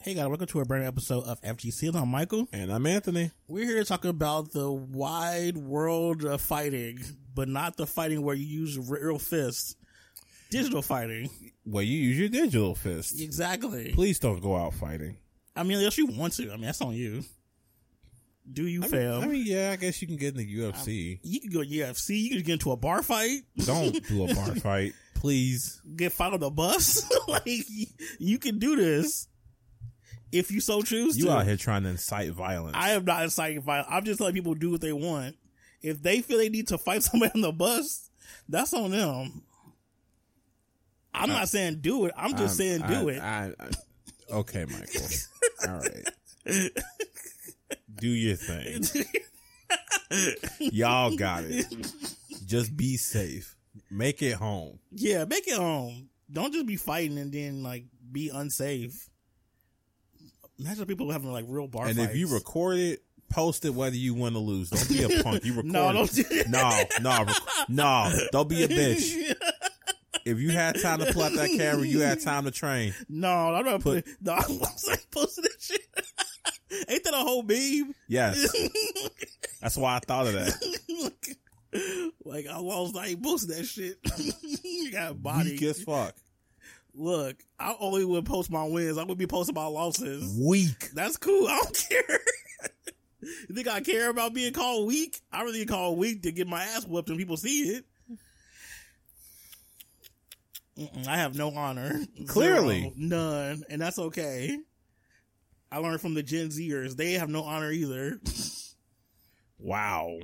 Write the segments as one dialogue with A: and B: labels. A: Hey guys, welcome to a brand new episode of FGC. I'm Michael.
B: And I'm Anthony.
A: We're here talking about the wide world of fighting, but not the fighting where you use real fists. Digital fighting.
B: Well, you use your digital fist.
A: Exactly.
B: Please don't go out fighting.
A: I mean, unless you want to. I mean, that's on you. Do you
B: I mean-
A: fail?
B: I mean, yeah, I guess you can get in the UFC.
A: you could go UFC. You could get into a bar fight.
B: don't do a bar fight. Please.
A: Get found on the bus. like you, you can do this if you so choose
B: You
A: to.
B: out here trying to incite violence.
A: I am not inciting violence. I'm just letting people do what they want. If they feel they need to fight somebody on the bus, that's on them. I'm not saying do it. I'm just saying do
B: Uh, I-
A: it.
B: I- I- okay, Michael. All right. Do your thing. Y'all got it. Just be safe. Make it home.
A: yeah, make it home. Don't just be fighting and then like be unsafe. Imagine people having like real bar
B: and
A: fights.
B: if you record it, post it whether you win or lose. Don't be a punk. You record
A: No,
B: it.
A: don't do-
B: no, no, rec- no. Don't be a bitch. If you had time to pull out that camera, you had time to train.
A: no, I'm not
B: Put-
A: putting. No, I'm not posting that shit. Ain't that a whole meme?
B: Yes, that's why I thought of that.
A: like I was like posting that shit. you got body.
B: Weak as fuck.
A: Look, I only would post my wins. I would be posting my losses.
B: Weak.
A: That's cool. I don't care. you think I care about being called weak? I really call weak to get my ass whooped and people see it. Mm-mm, I have no honor.
B: Clearly.
A: Zero. none, and that's okay. I learned from the Gen Zers; they have no honor either.
B: Wow.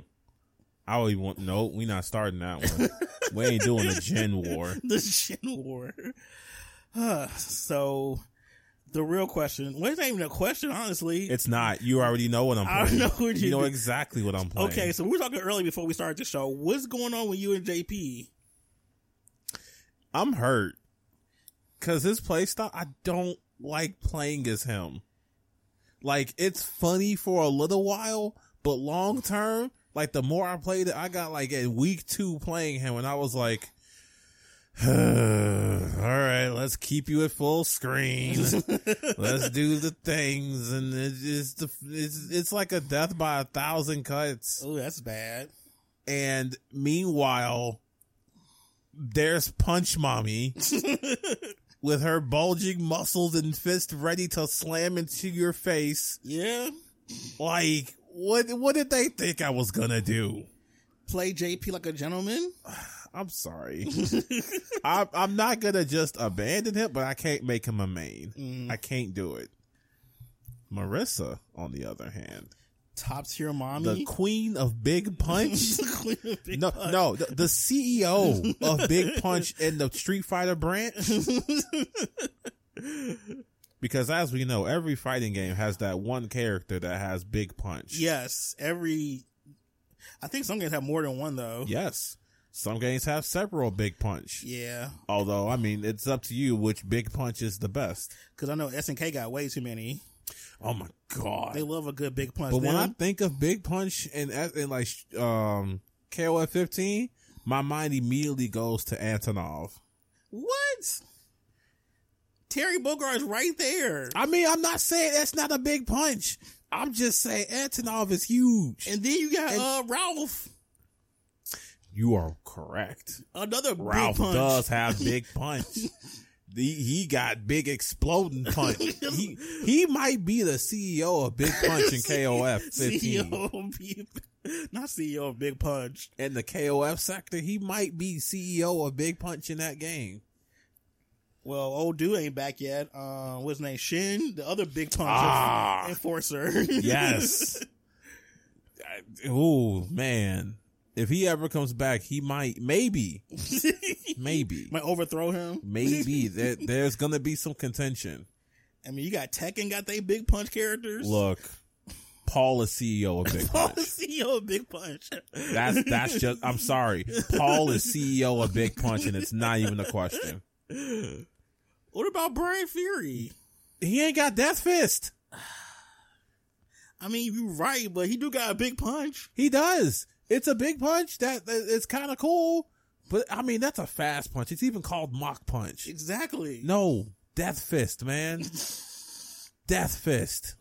B: I don't even want. No, we not starting that one. we ain't doing a gen war.
A: the Shin War. Huh, so, the real question. Well, it's not even a question, honestly.
B: It's not. You already know what I'm
A: I
B: playing.
A: know what
B: you
A: you
B: know
A: do.
B: exactly what I'm playing.
A: Okay, so we were talking early before we started the show. What's going on with you and JP?
B: I'm hurt because his play style. I don't like playing as him. Like it's funny for a little while, but long term, like the more I played it, I got like at week two playing him, and I was like, "All right, let's keep you at full screen. let's do the things." And it's just the it's it's like a death by a thousand cuts.
A: Oh, that's bad.
B: And meanwhile, there's Punch Mommy with her bulging muscles and fist ready to slam into your face.
A: Yeah.
B: Like, what what did they think I was gonna do?
A: Play JP like a gentleman.
B: I'm sorry. I, I'm not gonna just abandon him, but I can't make him a main. I can't do it. Marissa, on the other hand,
A: Top tier
B: the
A: mommy.
B: queen of big punch.
A: Queen of Big
B: No,
A: Punch.
B: no, the, the CEO of Big Punch in the Street Fighter branch. because as we know, every fighting game has that one character that has Big Punch.
A: Yes, every. I think some games have more than one though.
B: Yes. Some games have several Big Punch.
A: Yeah,
B: Although, I mean, it's up to you which Big Punch is the best.
A: because I know SNK got way too many.
B: Oh my god.
A: They love a good big punch.
B: but when I
A: Them-
B: think of Big Punch and, and like um KOF 15, my mind immediately goes to Antonov.
A: what? Terry Bogart's right there.
B: I mean, I'm not saying that's not a big punch. I'm just saying Antonov is huge.
A: And then you got uh Ralph.
B: you are correct.
A: Another
B: Ralph
A: big punch.
B: does have big punch. He, he got big exploding punch. He, he might be the CEO of Big Punch and KOF 15.
A: CEO of E Big- not CEO of Big Punch.
B: In the KOF sector, he might be CEO of Big Punch in that game.
A: Well, old dude ain't back yet. Uh, what's his name? Shin, the other Big Punch
B: Ah.
A: enforcer.
B: Yes. oh, man. If he ever comes back, he might, maybe, maybe.
A: might overthrow him.
B: Maybe there, there's gonna be some contention.
A: I mean, you got Tekken got they Big Punch characters. Oh,
B: Look, Paul is CEO of Big
A: Paul
B: Punch.
A: is CEO of E Big Punch.
B: That's that's just. I'm sorry, Paul is CEO of Big Punch, and it's not even a question.
A: What about Brian Fury?
B: He ain't got Death Fist.
A: I mean, you right, but he do got a big punch.
B: He does. It's a big punch. That that- it's kind of cool, but I mean that's a fast punch. It's even called mock punch.
A: Exactly.
B: No Death Fist, man. Death Fist.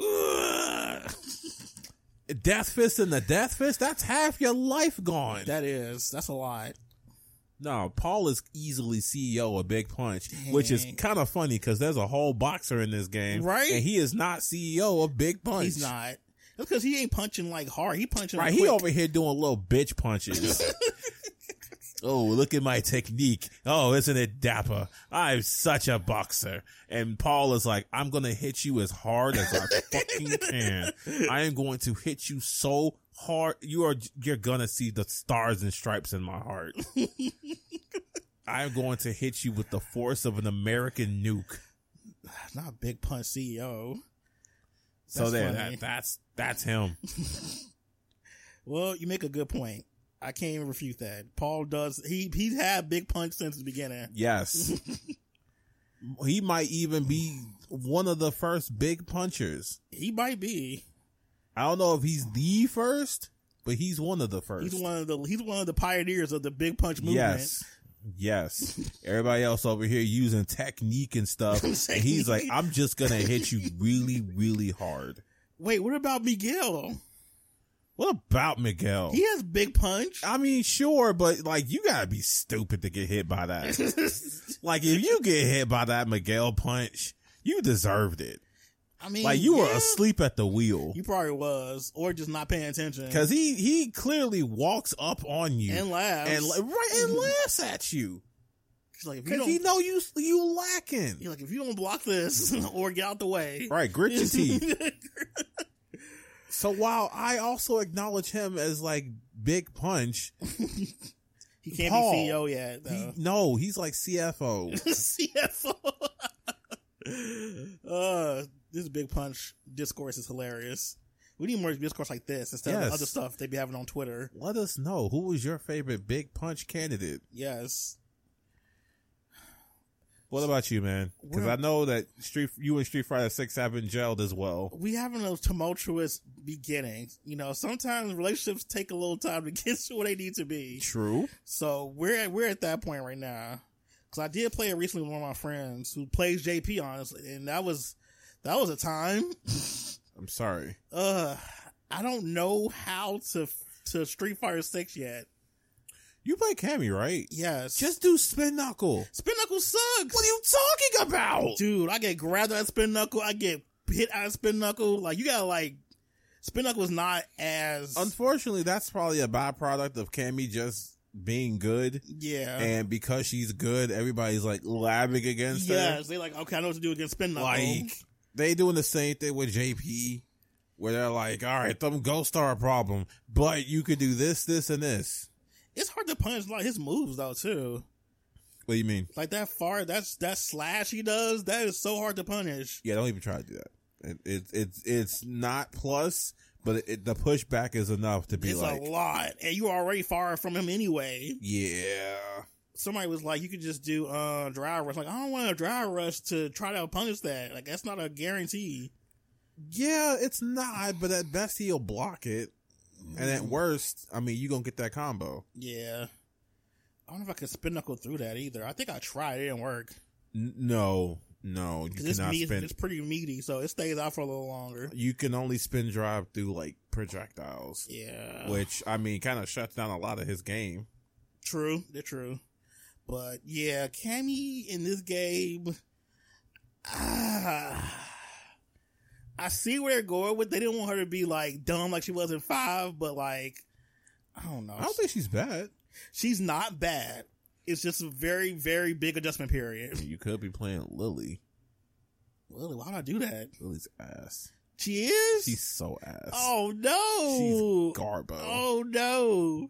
B: Death Fist and the Death Fist? That's half your life gone.
A: That is. That's a lot.
B: No, Paul is easily CEO of Big Punch, which is
A: Dang.
B: kind of funny because there's a whole boxer in this game,
A: Right?
B: And he is not CEO of Big Punch.
A: He's not. That's because he ain't punching like hard. He punching
B: Right?
A: Like
B: He
A: quick.
B: over here doing little bitch punches. oh, look at my technique. Oh, isn't it dapper? I'm such a boxer. And Paul is like, I'm gonna hit you as hard as I fucking can.
A: Ah,
B: I am going to hit you so hard. You are you're gonna see the stars and stripes in my heart. I'm going to hit you with the force of an American nuke.
A: not big punch E CEO.
B: So
A: That's
B: there,
A: funny.
B: that, that's that's him.
A: Well, you make a good point. I can't even refute that. Paul does. He he's had big punch since the beginning.
B: Yes. he might even be one of the first big punchers.
A: He might be.
B: I don't know if he's the first, but he's one of the first.
A: He's one of the he's one of the pioneers of the big punch movement.
B: yes. Yes. Everybody else over here using technique and stuff. and he's like, I'm just going to hit you really, really hard.
A: Wait, what about Miguel?
B: What about Miguel?
A: He has big punch.
B: I mean, sure, but like, you got to be stupid to get hit by that. like, if you get hit by that Miguel punch, you deserved it.
A: I mean,
B: Like, you were
A: yeah.
B: asleep at the wheel.
A: You probably was, or just not paying attention.
B: Cause he he clearly walks up on you
A: and laughs.
B: and la- right and laughs at you
A: He's like if you
B: because
A: don't,
B: he know you you lacking.
A: he's like if you don't block this or get out the way,
B: Right, grit your teeth. So while I also acknowledge him as like big punch,
A: he can't
B: Paul,
A: be CEO yet.
B: he,
A: Though.
B: no, he's like CFO.
A: CFO. uh, this big punch discourse is hilarious. We need more discourse like this instead of
B: Yes.
A: other stuff they be having on Twitter.
B: Let us know who was your favorite big punch candidate.
A: Yes.
B: What about you, man? Because
A: We're-
B: I know that Street you and Street Fighter Six have been gelled as well.
A: We having those tumultuous beginnings. You know, sometimes relationships take a little time to get to where they need to be.
B: True.
A: So we're at, we're at that point right now. Cause I did play it recently with one of my friends who plays JP honestly, and that was that was a time.
B: I'm sorry.
A: Uh, I don't know how to to Street Fighter Six yet.
B: You play Cammy, right?
A: Yes,
B: Just do spin knuckle.
A: spin knuckle sucks.
B: What are you talking about?
A: dude? I get grabbed at spin knuckle. I get hit at spin knuckle. Like you gotta like spin knuckle is not as
B: Unfortunately, that's probably a byproduct of Cammy just being good.
A: yeah.
B: And because she's good, everybody's like labbing against
A: Yes, they like okay. I know what to do against spin
B: her.
A: knuckle.
B: Like they doing the same thing with JP, where they're like, "All right, some Ghost Star problem, but you could do this, this, and this."
A: it's hard to punish like his moves though too.
B: What do you mean?
A: Like that far, that's that slash he does. That is so hard to punish.
B: Yeah, don't even try to do that. It, it, it's it's not plus, but it, the pushback is enough to be
A: It's
B: like,
A: a lot, and you already far from him anyway.
B: "Yeah,
A: Somebody was like, "You could just do uh dry rush." Like I don't want a dry rush to try to punish that. Like that's not a guarantee.
B: yeah, it's not." But at best, he'll block it, and at worst, I mean, you gonna get that combo.
A: Yeah. I don't know if I could spin knuckle through that either. I think I tried. It didn't work.
B: N- No, no, you
A: 'Cause It's,
B: cannot
A: meat,
B: spin.
A: it's pretty meaty, so it stays out for a little longer.
B: You can only spin drive through like projectiles,
A: Yeah.
B: which I mean, kind of shuts down a lot of his game.
A: True. They're true. But yeah, Cammy in this game. ah, I see where they're going with. They didn't want her to be like dumb like she was in five, but like, I don't know.
B: I don't think she's bad.
A: She's not bad. It's just a very, very big adjustment period.
B: You could be playing Lily.
A: Really, why'd I do that?
B: Lily's ass.
A: She is?
B: She's so ass.
A: Oh no!
B: she's Garbo.
A: oh no!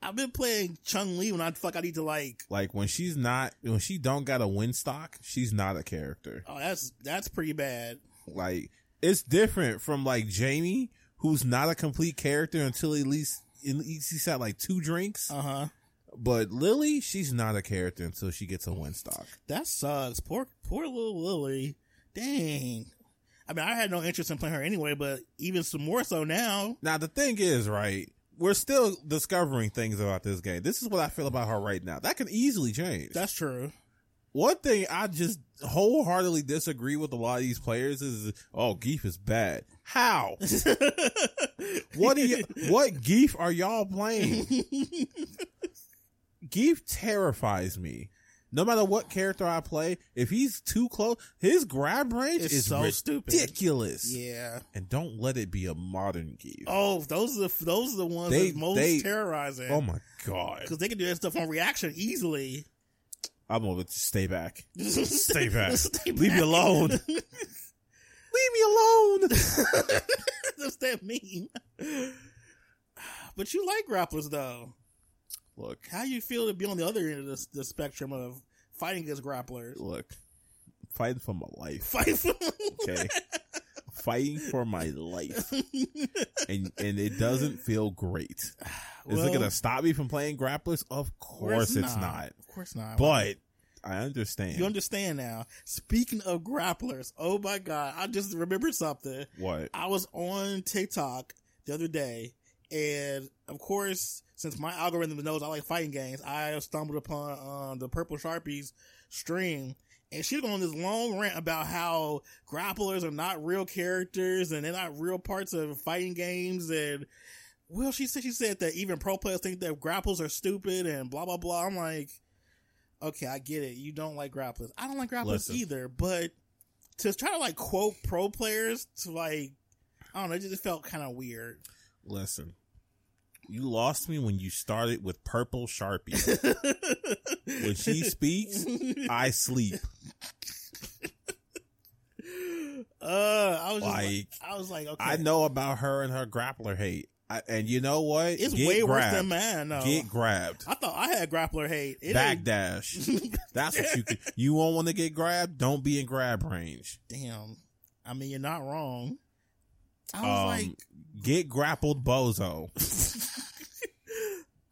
A: I've been playing Chung Li when I fuck. I need to like.
B: Like when she's not, when she don't got a win stock, she's not a character.
A: Oh, that's that's pretty bad.
B: Like it's different from like Jamie, who's not a complete character until at least at least he's had like two drinks.
A: Uh huh.
B: But Lily, she's not a character until she gets a win stock.
A: That sucks. Poor poor little Lily. Dang. I mean, I had no interest in playing her anyway, but even some more so now.
B: Now the thing is, right? We're still discovering things about this game. This is what I feel about her right now. That can easily change.
A: That's true.
B: One thing I just wholeheartedly disagree with a lot of these players is, oh, Geef is bad. How? What do you, what Geef are y'all playing? Geef terrifies me. No matter what character I play, if he's too close, his grab range
A: It's
B: is
A: so stupid.
B: ridiculous.
A: yeah.
B: And don't let it be a modern Geef. Oh,
A: Oh, those are the, those are the ones
B: They-
A: that's most
B: they- oh
A: terrorizing.
B: my god!
A: because they can do that stuff on reaction easily.
B: I'm gonna just stay back.
A: Stay
B: back.
A: Stay
B: Leave me
A: back.
B: alone. Leave me alone.
A: What's that mean? But you like grapplers though.
B: Look,
A: How you feel to be on the other end of the, the spectrum of fighting against grapplers?
B: look, fighting for my life.
A: Fight for
B: Okay, fighting for my life, and and it doesn't feel great. Is
A: Well,
B: it gonna stop me from playing grapplers? Of course, it's not.
A: Of course not.
B: But I understand.
A: you understand now. Speaking of grapplers, oh my god, I just remembered something.
B: what?
A: I was on TikTok the other day, and of course, since my algorithm knows I like fighting games, I stumbled upon um, the Purple Sharpie's stream, and she's going on this long rant about how grapplers are not real characters and they're not real parts of fighting games. And well, she said she said that even pro players think that grapples are stupid and blah blah blah. I'm like, okay, I get it. You don't like grapplers. I don't like grapplers
B: Listen.
A: either, but to try to like quote pro players to like I don't know, it just felt kind of weird.
B: Listen, you lost me when you started with purple sharpie. when she speaks, I sleep.
A: uh, I was just like,
B: Like
A: I was like, okay,
B: I know about her and her grappler hate, I, and you know what?
A: it's
B: Get
A: way worse
B: grabbed.
A: than mine. Though.
B: Get grabbed.
A: I thought I had grappler hate. It ain't-
B: Backdash. That's what you could. You won't want to get grabbed. Don't be in grab range.
A: Damn, I mean, you're not wrong. I was
B: Um,
A: like,
B: get grappled, bozo. Um,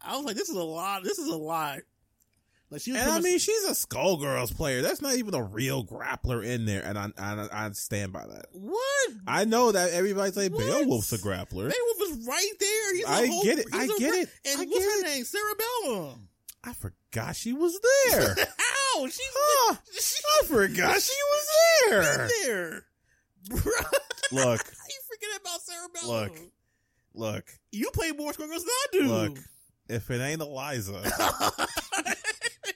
A: I was like, this is a lot. This is a lot. Like she was
B: And I
A: pretty much-
B: mean, she's a Skullgirls player. That's not even a real grappler in there, and I I, I stand by that.
A: what?
B: I know that everybody's like
A: What?
B: Beowulf's a grappler.
A: Beowulf was right there. He's a
B: I
A: whole-
B: get it.
A: he's
B: I
A: a
B: get
A: re-
B: it.
A: And
B: I
A: what's
B: get
A: her name? Sarah Bellum.
B: I forgot she was there.
A: Ow! She,
B: Huh,
A: she
B: I forgot she was there.
A: been there, bro.
B: Look,
A: How you forget about Sarah Bellum?
B: Look. look.
A: You play more Squirrels than I do.
B: Look. If it ain't Eliza,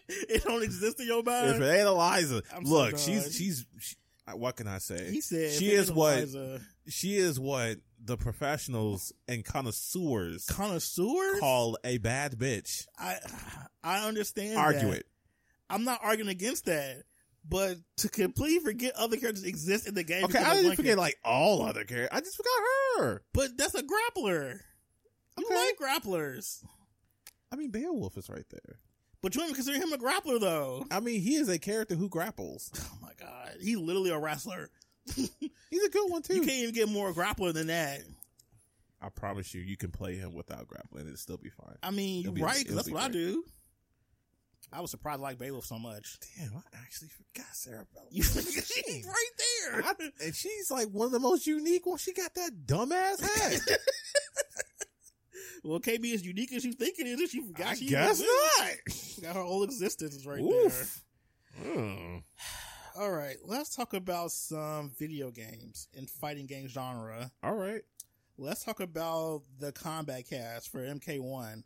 A: it don't exist in your
B: if
A: mind.
B: it ain't Eliza,
A: I'm so
B: look,
A: done.
B: she's she's. She, I- what can I say?
A: he said
B: she
A: if it
B: is what-
A: Eliza-
B: she is what the professionals and connoisseurs
A: connoisseurs.
B: call a bad bitch.
A: I I understand.
B: Argue
A: that.
B: it.
A: I'm not arguing against that, but to completely forget other characters exist in the game.
B: Okay,
A: because
B: I
A: of
B: didn't
A: one
B: forget
A: character-
B: like all other characters. I just forgot her.
A: but that's a grappler. You
B: Okay.
A: like grapplers,
B: I mean, Beowulf is right there.
A: but you don't even consider him a grappler though.
B: I mean, he is a character who grapples.
A: Oh my god, he's literally a wrestler.
B: He's a good one
A: You
B: too.
A: can't even get more grappler than that.
B: I promise you, you can play him without grappling. It'll still be fine.
A: I mean,
B: It'll
A: you're
B: be-
A: right, because
B: it'll
A: that's
B: be
A: what I
B: great.
A: do. I was surprised I like Beowulf so much.
B: Damn, I actually forgot Sarah Bell.
A: You- She's right there.
B: I- and she's like one of the most unique ones. She got that dumbass hat.
A: well, KB is unique as you think it is. If you forgot,
B: I
A: she
B: guess
A: even exists.
B: not.
A: Got her whole existence is right
B: Oof. Mm.
A: there. All right, let's talk about some video games and fighting game genre.
B: All right.
A: Let's talk about the combat cast for MK1.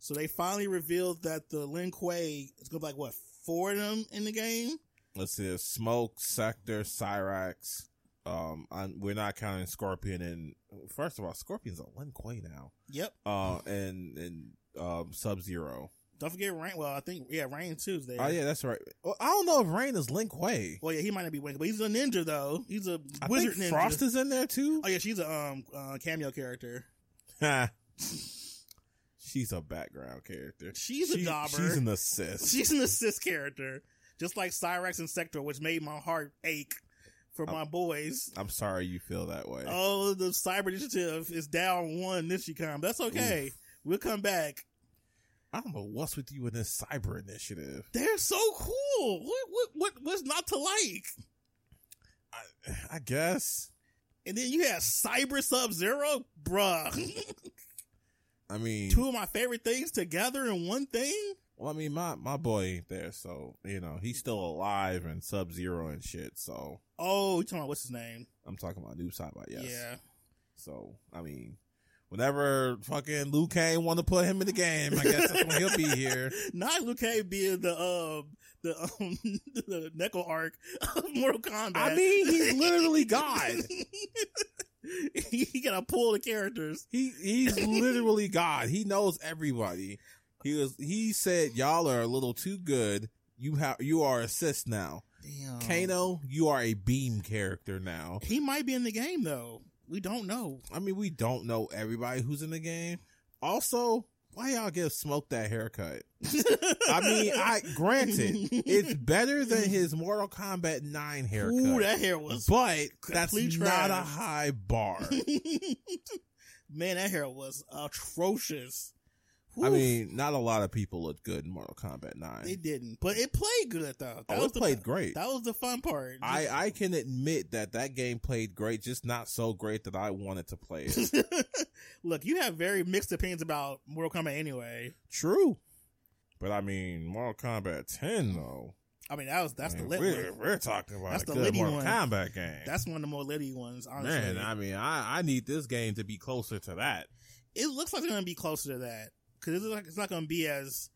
A: So they finally revealed that the Lin Kuei is going to be like what four of them in the game.
B: Let's see. There's Smoke, Sector, Cyrax. Um, I'm, we're not counting Scorpion. And first of all, Scorpion's a Lin Kuei now.
A: Yep.
B: Uh, and and um, Sub Zero.
A: Don't forget Rain. Well, I think yeah, Rain two's there.
B: Oh yeah, that's right. Well, I don't know if Rain is Lin Kuei.
A: Well, yeah, he might not be winning, but he's a ninja though. He's a
B: I
A: wizard
B: think
A: ninja.
B: Frost is in there too.
A: oh yeah, she's a um uh, cameo character.
B: Ha. she's a background character.
A: She's a
B: She-
A: dauber.
B: She's an assist.
A: She's an assist character, just like Cyrax and Sector, which made my heart ache for
B: Oh.
A: my boys.
B: I'm sorry you feel that way.
A: Oh, the cyber initiative is down one this Nishikam. That's okay. We'll come back.
B: I don't know what's with you in this cyber initiative.
A: They're so cool. What what what what's not to like?
B: I, I guess.
A: And then you have Cyber Sub Zero, bruh.
B: I mean,
A: Two of my favorite things together in one thing.
B: Well, I mean, my my boy ain't there, so you know he's still alive and Sub Zero and shit. So
A: Oh, you talking about what's his name?
B: I'm talking about Noob Saibot, yes.
A: Yeah.
B: So I mean, whenever fucking Liu Kang want to put him in the game, I guess that's when he'll be here.
A: Not Luke Cage being the um the um the Neko arc of Mortal Kombat.
B: I mean, he's literally God.
A: he, he gotta pull the characters.
B: He he's literally God. He knows everybody. He was he said y'all are a little too good. You have you are assist now.
A: Damn.
B: Kano, you are a beam character now.
A: He might be in the game though. We don't know.
B: I mean, we don't know everybody who's in the game. Also, why y'all give Smoke that haircut? I mean, I granted it's better than his Mortal Kombat Nine haircut,
A: Ooh, that hair was
B: but that's
A: complete
B: not a
A: trash.
B: high bar.
A: man, that hair was atrocious.
B: I
A: Whew.
B: mean, not a lot of people look good in Mortal Kombat Nine.
A: it didn't, but it played good though. That
B: oh,
A: was
B: it
A: the,
B: played great.
A: That was the fun part.
B: I, I can admit that that game played great, just not so great that I wanted to play it.
A: Look, you have very mixed opinions about Mortal Kombat anyway.
B: True. But I mean, Mortal Kombat 10, though.
A: I mean, that was that's
B: man,
A: the lit
B: we're,
A: one.
B: we're talking about
A: That's
B: a
A: the
B: good
A: litty
B: Mortal
A: one.
B: Kombat game.
A: That's one of the more litty ones, honestly.
B: Man, I mean, I, I need this game to be closer to that.
A: it looks like they're gonna be closer to that because it's, like, it's not gonna be as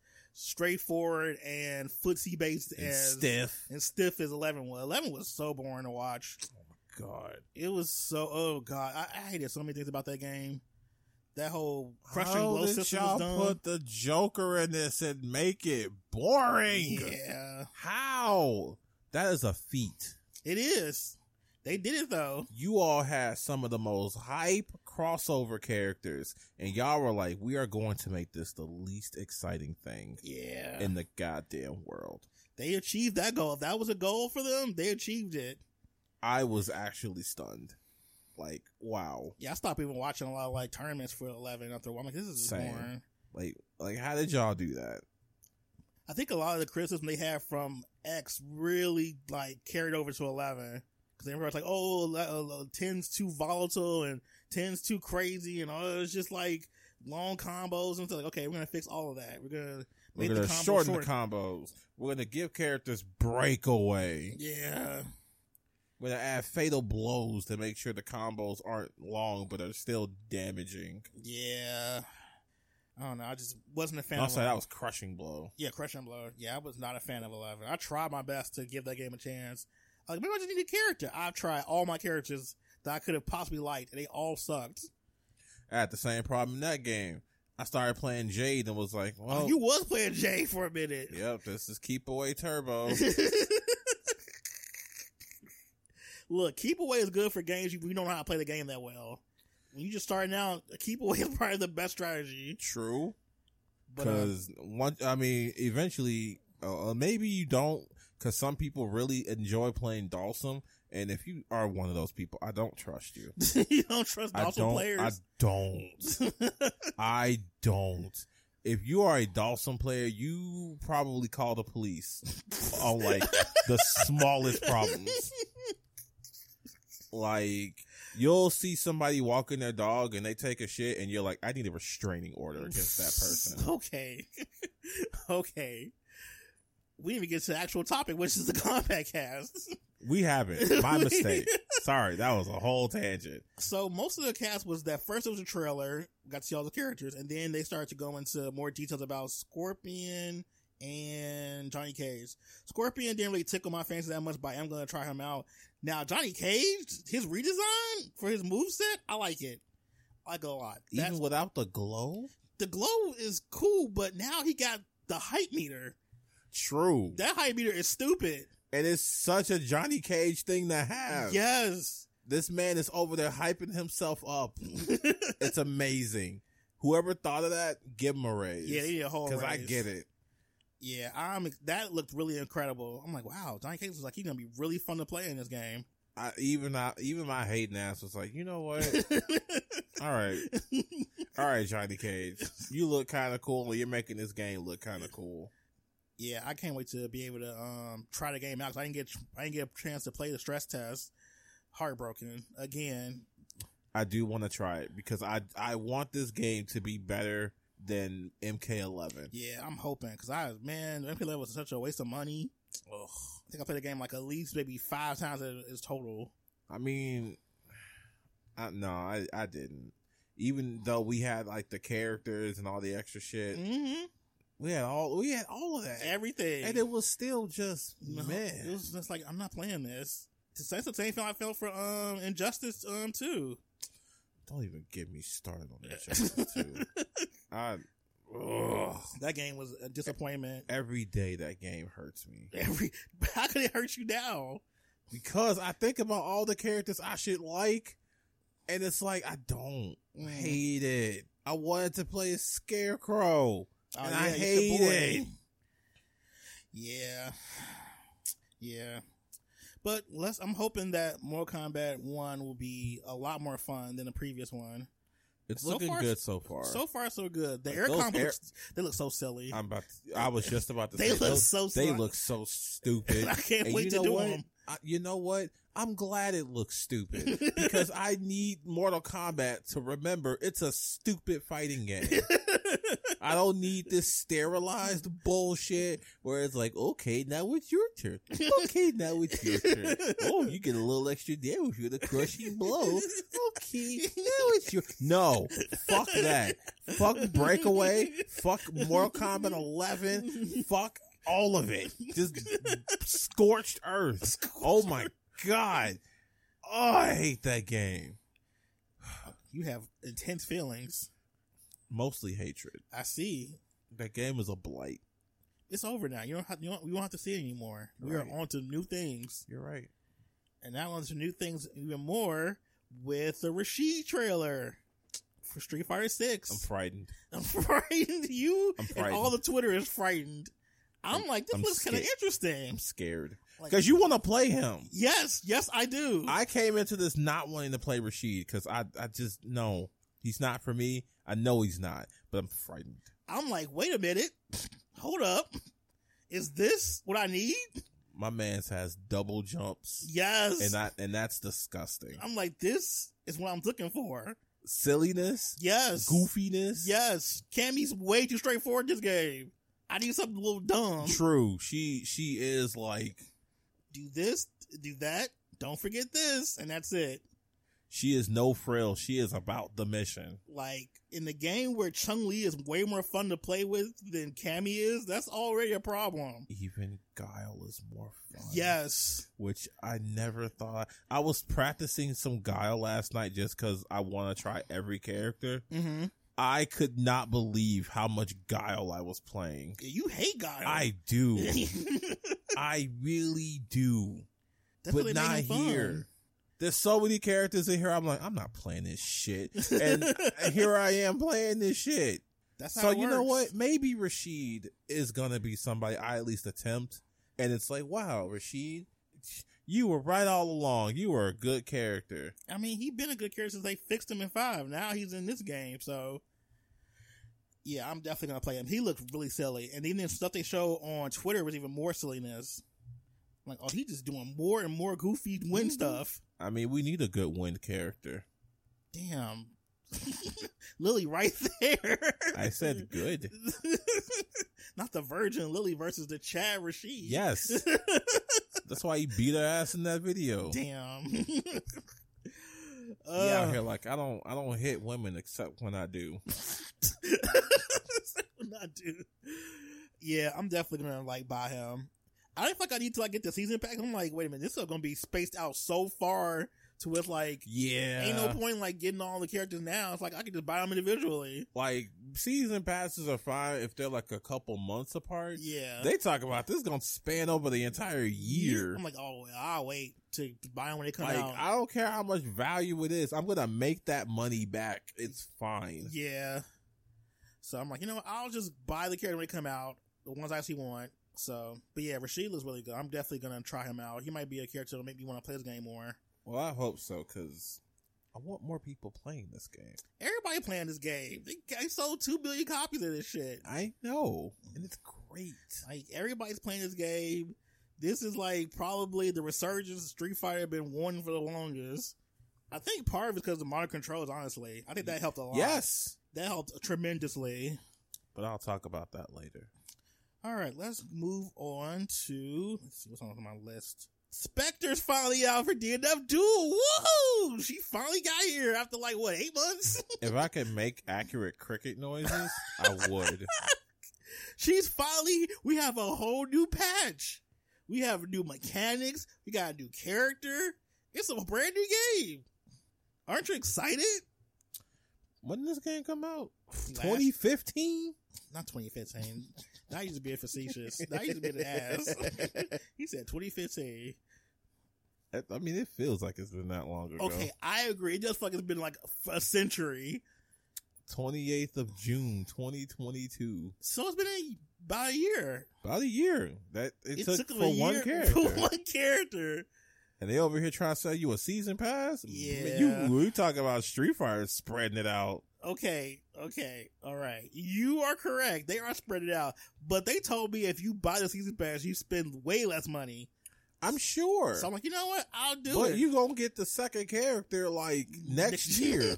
A: straightforward and footsie based
B: And
A: as
B: stiff.
A: and stiff as Eleven was. Eleven was so boring to watch.
B: God.
A: It was so oh god, I, I hated so many things about that game. That whole crushing
B: How
A: blow
B: did
A: system
B: y'all
A: was done.
B: put the Joker in this and make it boring?
A: yeah,
B: How? That is a feat.
A: it is. They did it though.
B: you all had some of the most hype crossover characters, and y'all were like, we are going to make this the least exciting thing
A: Yeah,
B: in the goddamn world.
A: they achieved that goal. If that was a goal for them, they achieved it.
B: I was actually stunned. Like, wow.
A: Yeah, I stopped even watching a lot of like tournaments for Eleven after a while. I'm like, this is just
B: Same.
A: boring.
B: Like, like, how did y'all do that?
A: I think a lot of the criticism they had from X really like carried over to Eleven because everybody's like, "Oh, le- uh, ten's too volatile and ten's too crazy," and all it's just like long combos and stuff. Like, okay, we're gonna fix all of that. We're gonna
B: We're
A: Make the
B: gonna
A: combo
B: shorten
A: short.
B: the combos. We're gonna give characters breakaway.
A: yeah,
B: We're gonna add fatal blows to make sure the combos aren't long but are still damaging.
A: yeah. I don't know. I just wasn't a fan.
B: Also,
A: of
B: that
A: 11.
B: was crushing blow.
A: yeah, Crush and Blow. Yeah, I was not a fan of Eleven. I tried my best to give that game a chance. Like maybe I just need a character. I've tried all my characters that I could have possibly liked, and they all sucked.
B: I had the same problem in that game. I started playing Jade and was like, well,
A: Oh, you was playing Jay for a minute.
B: yep, this is Keep Away Turbo.
A: Look, keep away is good for games you, you don't know how to play the game that well. When you just starting out, a keep away is probably the best strategy.
B: True.
A: But uh,
B: Because, one, I mean, eventually, uh, uh, maybe you don't, because some people really enjoy playing Dawson. And if you are one of those people, I don't trust you.
A: you don't trust
B: I
A: Dawson
B: don't. I
A: players.
B: don't. I don't. If you are a Dawson player, you probably call the police on like the smallest problems. Like you'll see somebody walking their dog and they take a shit, and you're like, I need a restraining order against that person.
A: okay, okay. We didn't even get to the actual topic, which is the compact cast.
B: We haven't. My mistake. Sorry, that was a whole tangent.
A: So most of the cast was that first it was a trailer, got to see all the characters, and then they started to go into more details about Scorpion and Johnny Cage. Scorpion didn't really tickle my fancy that much, but I am gonna try him out. Now Johnny Cage, his redesign for his moveset, I like it. I like it a lot.
B: Even
A: That's-
B: without the glow.
A: the glow is cool, but now he got the hype meter.
B: True.
A: That hype meter is stupid.
B: and it's such a Johnny Cage thing to have.
A: Yes.
B: This man is over there hyping himself up. it's amazing. Whoever thought of that, give him a raise.
A: Yeah, they need a whole
B: because I
A: raise.
B: get it.
A: Yeah, I'm. That looked really incredible. I'm like, wow, Johnny Cage was like, he's gonna be really fun to play in this game.
B: I even I even my hating ass was like, you know what? all right, all right, Johnny Cage, you look kind of cool, and you're making this game look kind of cool.
A: yeah, I can't wait to be able to um try the game out. 'cause I didn't get I didn't get a chance to play the stress test. Heartbroken again.
B: I do want to try it because I I want this game to be better than MK11.
A: Yeah, I'm hoping because I man, MP level was such a waste of money. Ugh. I think I played the game like at least maybe five times in its total.
B: I mean, I, no, I, I didn't. Even though we had like the characters and all the extra shit,
A: Mm-hmm.
B: we had all we had all of that,
A: Everything.
B: and it was still just
A: No,
B: man.
A: it was just like I'm not playing this. That's the same feeling I felt for um Injustice um too.
B: Don't even get me started on that shit too. I ugh.
A: That game was a disappointment.
B: every day that game hurts me
A: Every how could it hurt you now?
B: because I think about all the characters I should like, and it's like I don't
A: Mm.
B: hate it. I wanted to play a scarecrow.
A: Oh,
B: And I
A: it's your
B: hate
A: boy.
B: it.
A: Yeah, yeah. But let's. I'm hoping that Mortal Kombat One will be a lot more fun than the previous one.
B: It's
A: So
B: looking
A: far,
B: good so far.
A: So far, so good. The
B: Like,
A: air
B: those
A: combos,
B: air-
A: looks- they look so silly.
B: I'm about. To, I was just about to.
A: they
B: say,
A: look
B: those-
A: so.
B: They
A: silly.
B: look so
A: I
B: stupid.
A: can't
B: And
A: wait
B: you
A: to
B: know
A: do
B: what?
A: them.
B: I, you know what? I'm glad it looks stupid because I need Mortal Kombat to remember it's a stupid fighting game. I don't need this sterilized bullshit where it's like, okay, now it's your turn. Okay, now it's your turn. Oh, you get a little extra damage with a crushing blow. Okay, now it's your. No, fuck that. Fuck Breakaway. Fuck Mortal Kombat 11. Fuck all of it. Just scorched earth. Oh my god. Oh, I hate that game.
A: you have intense feelings.
B: Mostly hatred.
A: I see.
B: That game is a blight.
A: It's over now. You don't have. You don't, we don't have to see it anymore. We
B: Right.
A: are on to new things,
B: You're right.
A: and now on to new things even more with the Rashid trailer for Street Fighter
B: I'm
A: Six.
B: frightened.
A: I'm, frightened. You
B: I'm
A: and
B: frightened.
A: all the Twitter is frightened. I'm,
B: I'm-
A: like, this
B: I'm
A: looks kind of
B: scared. I'm
A: interesting.
B: scared.
A: Like,
B: Because you want to play him.
A: yes, yes, I do.
B: I came into this not wanting to play Rashid because I, I just know he's not for me. I know he's not, but I'm frightened.
A: I'm like, wait a minute, hold up. Is this what I need?
B: My man's has double jumps,
A: Yes.
B: and I and that's disgusting.
A: I'm like, this is what I'm looking for.
B: Silliness,
A: Yes.
B: goofiness.
A: Yes. Cammy's way too straightforward this game. I need something a little dumb.
B: True. She she is like
A: Do this, do that. Don't forget this, and that's it.
B: she is no frill. She is about the mission.
A: Like in the game where Chung Li is way more fun to play with than Cammy is, that's already a problem.
B: Even Guile is more fun.
A: Yes.
B: Which I never thought. I was practicing some Guile last night just because I want to try every character.
A: Mm-hmm.
B: I could not believe how much Guile I was playing.
A: You hate God.
B: I do.
A: that's
B: I really do.
A: what
B: but
A: they
B: not
A: made him fun.
B: here. There's so many characters in here. I'm like, I'm not playing this shit. And here I am playing this shit.
A: That's how
B: So
A: it
B: you know
A: works.
B: what? Maybe Rashid is gonna be somebody I at least attempt. And it's like, wow, Rashid, you were right all along. You were a good character.
A: I mean, he been a good character since they fixed him in five. Now he's in this game, so yeah, I'm definitely gonna play him. He looked really silly, and even the stuff they show on Twitter was even more silliness. Like, oh, he's just doing more and more goofy win
B: Mhm.
A: stuff.
B: I mean, we need a good wind character.
A: Damn, Lily right there.
B: I said good.
A: not the Virgin Lily versus the Chad Rashid.
B: Yes. That's why he beat her ass in that video.
A: Damn. Uh,
B: He out
A: Ugh.
B: here like I don't I don't hit women except when I do.
A: Not dude. Yeah, I'm definitely gonna like buy him. I don't feel like I need to like get the season pack. I'm like, wait a minute, this is gonna be spaced out so far to with like
B: Yeah.
A: ain't no point in, like getting all the characters now. It's like I can just buy them individually.
B: like season passes are fine if they're like a couple months apart.
A: Yeah,
B: They talk about this gonna span over the entire year.
A: I'm like, oh, well, I'll wait to buy them when they come
B: Like
A: out.
B: I don't care how much value it is. I'm gonna make that money back. It's fine.
A: yeah. So I'm like, you know, what? I'll just buy the character when they come out, the ones I actually want. So, but yeah, Rashid looks really good. I'm definitely gonna try him out. He might be a character that'll make me want to play this game more.
B: Well, I hope so because I want more people playing this game.
A: Everybody playing this game. They, they sold two billion copies of this shit.
B: I know, and it's great.
A: Like everybody's playing this game. This is like probably the resurgence Street Fighter have been wanting for the longest. I think part of it's because of modern controls. Honestly, I think that helped a lot.
B: Yes,
A: that helped tremendously.
B: But I'll talk about that later.
A: All right, let's move on to let's see what's on my list. Spectre's finally out for DNF Duel. Woohoo! She finally got here after like what eight months.
B: If I could make accurate cricket noises, I would.
A: She's finally. We have a whole new patch. We have new mechanics. We got a new character. It's a brand new game. Aren't you excited?
B: When did this game come out?
A: Last-
B: 2015?
A: not 2015. now he's being facetious. Now he's being an ass. he said 2015.
B: I I mean, it feels like it's been that long ago.
A: Okay, I agree. It just fucking been like a century.
B: 28th of June, 2022.
A: So it's been a, about a year.
B: About a year. That it,
A: It
B: took,
A: took, him
B: for
A: a
B: one
A: year
B: character.
A: for one character.
B: And they over here trying to sell you a season pass?
A: Yeah.
B: Man, you, you talking about Street Fighter spreading it out.
A: Okay, okay, all right. You are correct. They are spreading it out, but they told me if you buy the season pass, you spend way less money.
B: I'm sure.
A: So I'm like, you know what? I'll do
B: but
A: it.
B: you gonna get the second character like next year.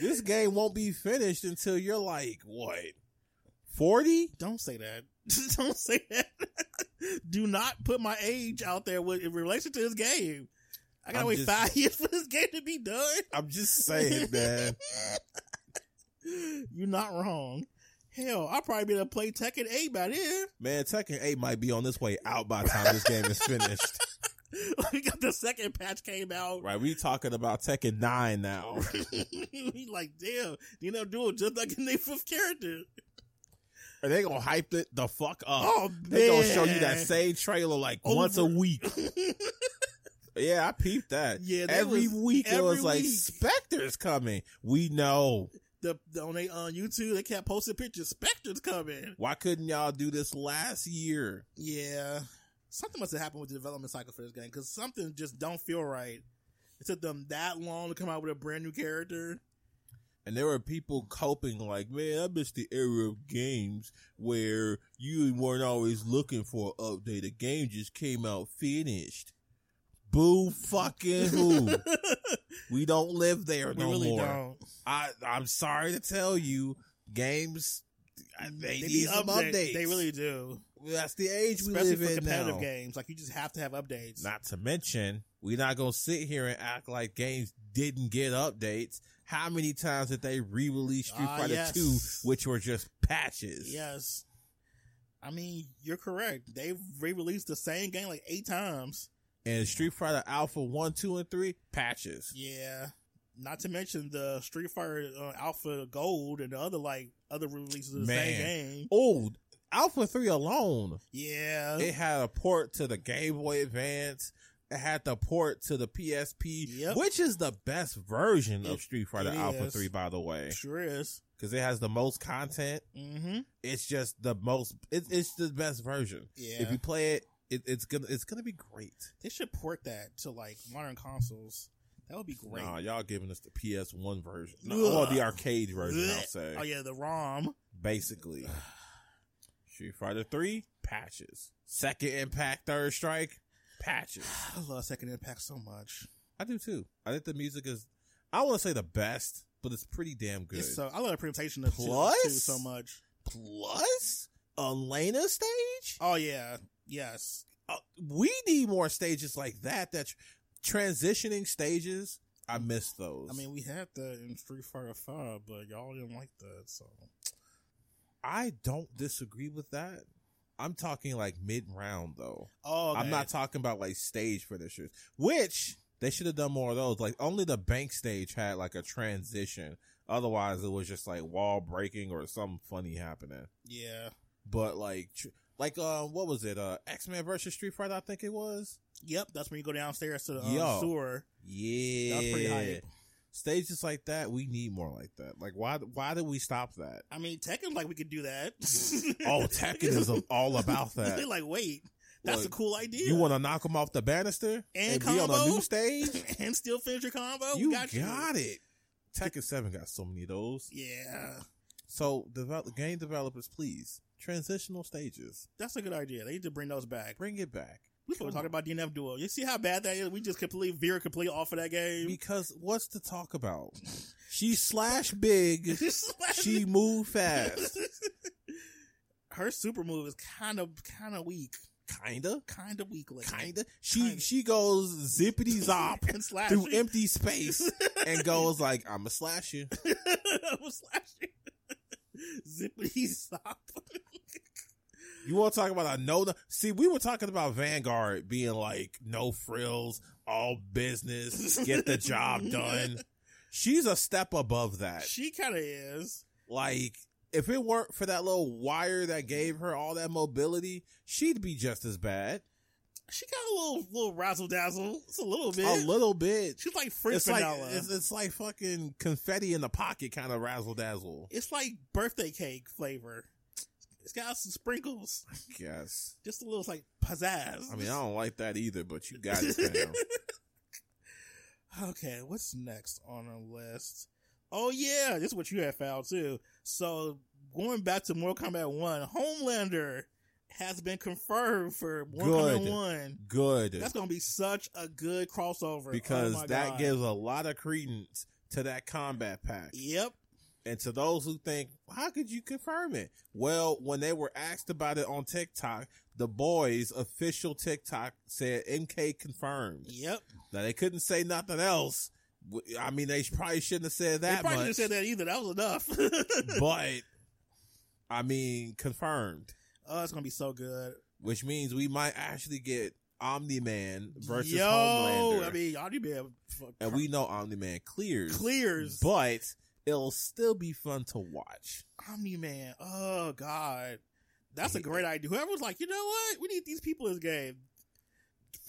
B: this game won't be finished until you're like what 40
A: Don't say that. Don't say that. Do not put my age out there with, in relation to this game. I gotta
B: I'm
A: wait
B: just-
A: five years for this game to be done.
B: i'm just saying man
A: You're not wrong. Hell, I'll probably be able to play Tekken 8 by then.
B: man tekken 8 might be on this way out by the time this game is finished
A: we got the second patch came out.
B: right we talking about tekken 9 now
A: We like, damn, you know, do it just like in their fifth character.
B: are they gonna hype it the fuck up
A: Oh,
B: they
A: man.
B: gonna show you that same trailer like once a
A: Over.
B: week yeah i peeped that
A: Yeah, they
B: every
A: was-
B: week it
A: every
B: was like
A: week.
B: spectre's coming we know
A: The, the- on they on YouTube, they kept posting pictures. Spectre's coming.
B: why couldn't y'all do this last year
A: Yeah, something must have happened with the development cycle for this game because something just don't feel right. It took them that long to come out with a brand new character.
B: And there were people coping like, man, I miss the era of games where you weren't always looking for an update. The game just came out finished. Boo fucking who. we don't live there
A: we
B: no
A: really
B: more.
A: don't.
B: I, I'm sorry to tell you, games, uh, they, need, some
A: update-
B: updates.
A: They really do,
B: That's the age we
A: especially
B: live
A: for
B: in
A: competitive
B: now.
A: games. Like you just have to have updates.
B: Not to mention, we're not gonna sit here and act like games didn't get updates. How many times did they re-release Street
A: Ah,
B: Fighter
A: yes.
B: Two, which were just patches?
A: Yes, I mean you're correct. They re-released the same game like eight times.
B: And Street Fighter Alpha One, Two, and Three patches.
A: Yeah. Not to mention the Street Fighter uh, Alpha Gold and the other like other releases of the same
B: Man.
A: game.
B: Oh, Alpha Three alone,
A: Yeah.
B: it had a port to the Game Boy Advance. It had the port to the PSP,
A: Yep.
B: which is the best version
A: It-
B: of Street Fighter
A: it
B: Alpha
A: is.
B: Three, by the way,
A: sure is.
B: because it has the most content.
A: Mm-hmm.
B: It's just the most. It, it's the best version.
A: Yeah.
B: If you play it, it, it's gonna it's gonna be great.
A: They should port that to like modern consoles. That would be great.
B: Nah, y'all giving us the PS1 version, no, or
A: Ugh.
B: the arcade version, I'll
A: Blech.
B: say.
A: oh yeah, the ROM.
B: Basically, Street Fighter Three patches, Second Impact, Third Strike patches.
A: I love Second Impact so much.
B: I do too. I think the music is, I want to say the best, but it's pretty damn good.
A: It's so I love the presentation of Plus?
B: Plus?
A: Two so much.
B: Plus, Elena stage.
A: Oh yeah, yes.
B: Uh, we need more stages like that. That tr- transitioning stages. I miss those.
A: I mean, we had that in Street Fighter Five, but y'all didn't like that. So
B: I don't disagree with that. I'm talking like mid round though.
A: oh, okay.
B: I'm not talking about like stage finishers, which they should have done more of those. Like only the bank stage had like a transition. Otherwise, it was just like wall breaking or something funny happening.
A: yeah,
B: But like, tr- like uh, what was it? Uh, X Men versus Street Fighter, I think it was.
A: yep. That's when you go downstairs to the um,
B: Yo.
A: sewer.
B: Yeah,
A: That's pretty hype.
B: Stages like that, we need more like that. Like why? Why did we stop that?
A: I mean, Tekken like we could do that.
B: Oh, Tekken is all about that.
A: They like wait, that's
B: Look,
A: a cool idea.
B: You want to knock him off the banister
A: And
B: and, be on a
A: combo? Oh,
B: new stage?
A: and still finish your combo? We
B: you
A: got,
B: got,
A: you.
B: it. Tekken Seven got so many of those.
A: Yeah,
B: So develop, game developers, please transitional stages,
A: that's a good idea. They need to bring those back.
B: bring it back.
A: We could talk about DNF duo. You see how bad that is? We just completely veer completely off of that game.
B: Because what's to talk about? She slash big. She move fast.
A: her super move is kind of kind of weak,
B: Kinda.
A: kind of weak. Like
B: Kinda. She
A: Kinda.
B: she goes zippity zop
A: and slash
B: through empty space and goes like, I'ma slash you.
A: I'm slashing. Zippity stop.
B: You want to talk about a no? See, we were talking about Vanguard being like no frills, all business, get the job done. She's a step above that.
A: she kind of is.
B: Like, if it weren't for that little wire that gave her all that mobility, she'd be just as bad.
A: She got a little little razzle dazzle. It's a little bit.
B: A little bit.
A: She's like French
B: It's like
A: vanilla.
B: it's, it's like fucking confetti in the pocket kind of razzle dazzle.
A: It's like birthday cake flavor. It's got some sprinkles,
B: Yes.
A: just a little like pizzazz.
B: I mean, I don't like that either, but you got it, fam.
A: okay, what's next on our list? Oh yeah, this is what you had found too. So going back to Mortal Kombat One, Homelander has been confirmed for Mortal
B: Good.
A: Kombat One.
B: Good.
A: That's gonna be such a good crossover
B: because
A: Oh my
B: that
A: God.
B: gives a lot of credence to that combat pack.
A: Yep,
B: And to those who think, how could you confirm it? Well, when they were asked about it on TikTok, the boys' official TikTok said MK confirmed.
A: yep.
B: Now they couldn't say nothing else. W- I mean, they sh- probably shouldn't have said that
A: they probably
B: much,
A: didn't say that either. That was enough.
B: but I mean, confirmed,
A: oh, it's gonna be so good.
B: which means we might actually get Omni Man versus
A: Yo,
B: Homelander,
A: I mean, y'all need to be a-
B: and we know Omni Man clears.
A: clears.
B: but it'll still be fun to watch.
A: Omni Man. Oh God, that's a great idea. Whoever was like, you know what, we need these people in this game.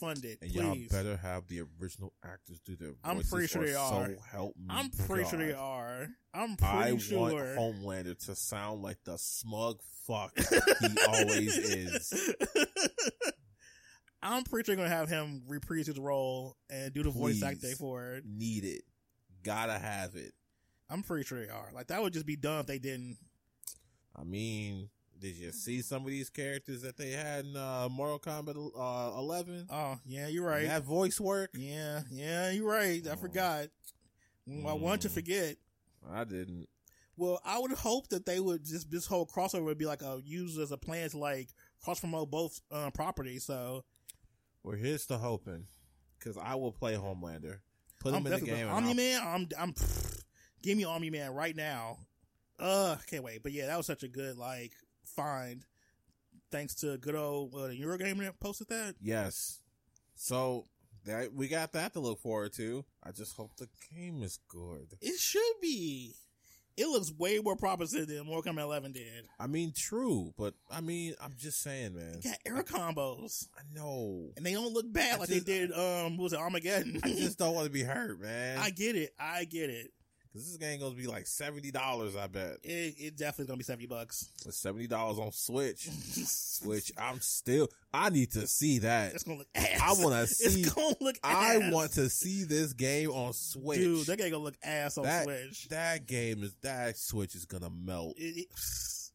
A: Fund it,
B: And y'all
A: please.
B: better have the original actors do their voices.
A: I'm pretty sure
B: or
A: they are.
B: So help me.
A: I'm pretty sure they
B: God.
A: are. I'm
B: I
A: pretty
B: want
A: sure.
B: Homelander to sound like the smug fuck he always is.
A: I'm pretty sure gonna have him reprise his role and do the voice
B: Please.
A: acting for it.
B: Need it. Gotta have it.
A: I'm pretty sure they are. Like that would just be dumb if they didn't.
B: I mean, did you
A: Mm-hmm.
B: see some of these characters that they had in uh, Mortal Kombat uh, 11?
A: Oh yeah, you're right.
B: That voice work?
A: Yeah, yeah, you're right. I
B: Oh.
A: forgot. I want to
B: Mm.
A: forget.
B: I didn't.
A: Well, I would hope that they would just this whole crossover would be like a used as a plan to like cross promote both uh, properties. So
B: Well, here's to hoping. Because I will play Homelander. Put
A: I'm
B: him in the
A: definitely-
B: game. and
A: Omni
B: I'll
A: Man. I'm I'm pfft, give me Omni Man right now. Uh, can't wait. But yeah, that was such a good like find. Thanks to good old uh, Eurogame that posted that.
B: Yes. So that we got that to look forward to. I just hope the game is good.
A: It should be. It looks way more promising than Mortal Kombat 11 did.
B: I mean, true, but I mean, I'm just saying, man.
A: It got air combos,
B: I know.
A: and they don't look bad
B: I
A: like
B: just-
A: they did. Um, what was it Armageddon?
B: I just don't want to be hurt, man.
A: I get it. I get it.
B: Because this game gonna be like seventy dollars. I bet
A: It, it definitely gonna be seventy bucks.
B: it's seventy dollars on Switch,
A: it's
B: which I'm still. I need to see that.
A: gonna look ass.
B: I want to
A: It's
B: see.
A: gonna look. Ass.
B: I want to see this game on Switch.
A: Dude, that game gonna look ass on
B: That-
A: Switch.
B: that game is that Switch is gonna melt.
A: It- it-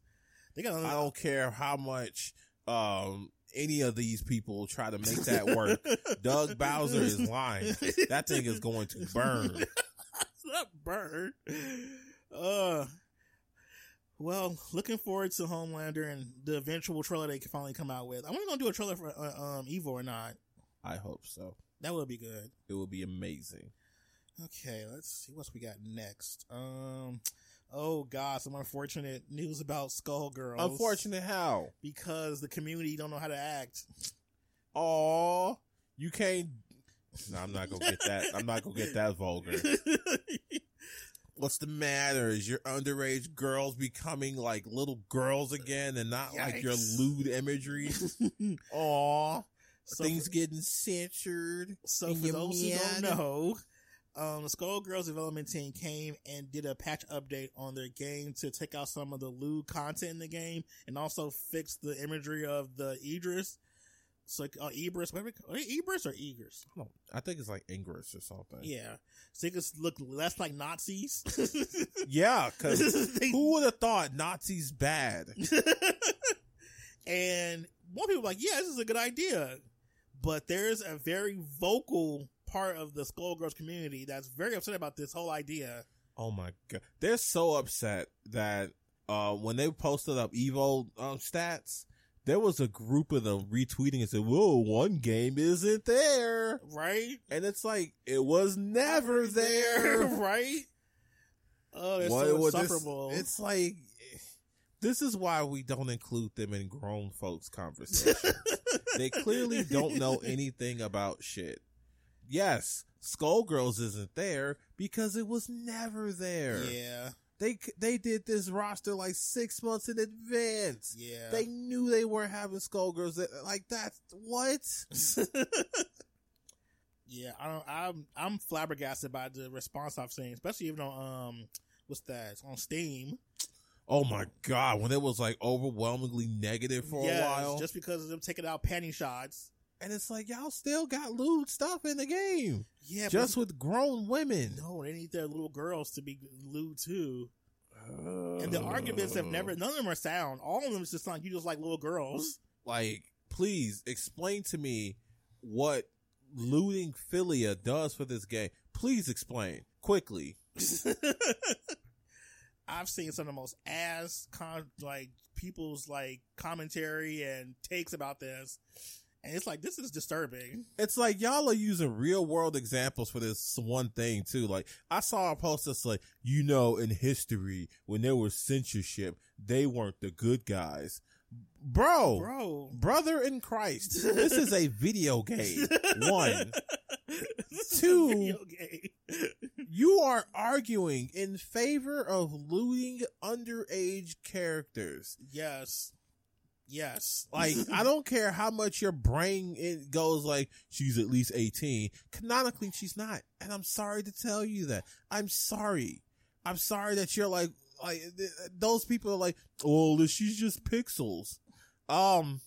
A: they gotta.
B: I don't care how much um any of these people try to make that work. Doug Bowser is lying. That thing is going to burn.
A: It's not burn. Uh, well, looking forward to Homelander and the eventual trailer they can finally come out with. I wonder if they're gonna do a trailer for uh, um Evil or not.
B: I hope so.
A: That would be good.
B: It will be amazing.
A: Okay, let's see what we got next. Um, oh god, some unfortunate news about Skullgirls.
B: Unfortunate how?
A: because the community don't know how to act.
B: Oh, you can't. No, I'm not gonna get that. I'm not gonna get that vulgar. What's the matter? Is your underage girls becoming like little girls again, and not like your
A: Yikes.
B: lewd imagery? Aw,
A: so,
B: things getting censored.
A: so for
B: you
A: those who don't
B: meow.
A: know, um, the Skullgirls development team came and did a patch update on their game to take out some of the lewd content in the game and also fix the imagery of the Idris. So, uh, Ibris, whatever, are they Ibris or Egris?
B: I don't- I think it's like Ingress or something.
A: Yeah. So they just look less like Nazis.
B: Yeah, because
A: They-
B: who would have thought Nazis bad?
A: and more people were like, yeah, this is a good idea. But there's a very vocal part of the Skullgirls community that's very upset about this whole idea.
B: Oh my god, they're so upset that uh, when they posted up Evo um, stats, there was a group of them retweeting and said, "Whoa, one game isn't there,"
A: Right?
B: and it's like it was never there.
A: right? Oh, it's
B: Why
A: so
B: would this-
A: insufferable.
B: it's like this is why we don't include them in grown folks' conversation. they clearly don't know anything about shit. Yes, Skullgirls isn't there because it was never there.
A: yeah,
B: They c- they did this roster like six months in advance.
A: yeah.
B: They knew they were having Skullgirls. That, like that's what?
A: yeah, I don't. I'm I'm flabbergasted by the response I've seen, especially even on um, what's that? It's on Steam.
B: Oh my god! When it was like overwhelmingly negative for
A: Yes,
B: a while,
A: just because of them taking out panty shots.
B: and it's like y'all still got lewd stuff in the game,
A: Yeah, but
B: just with grown women.
A: no, they need their little girls to be lewd too. And the
B: Uh.
A: arguments have never. None of them are sound. All of them is just like you just like little girls.
B: like. Please explain to me what looting philia does for this game. Please explain quickly.
A: I've seen some of the most ass con- like people's like commentary and takes about this, and it's like this is disturbing.
B: it's like y'all are using real world examples for this one thing too. Like I saw a post that's like, you know, in history when there was censorship, they weren't the good guys, bro.
A: Bro,
B: Brother in Christ, this is a video game. One,
A: This is a
B: Two.
A: video game.
B: you are arguing in favor of looting underage characters.
A: yes, yes.
B: Like, I don't care how much your brain it goes like, she's at least 18. Canonically, she's not. And I'm sorry to tell you that. I'm sorry. I'm sorry that you're like, like, th- those people are like, oh, she's just pixels. Um,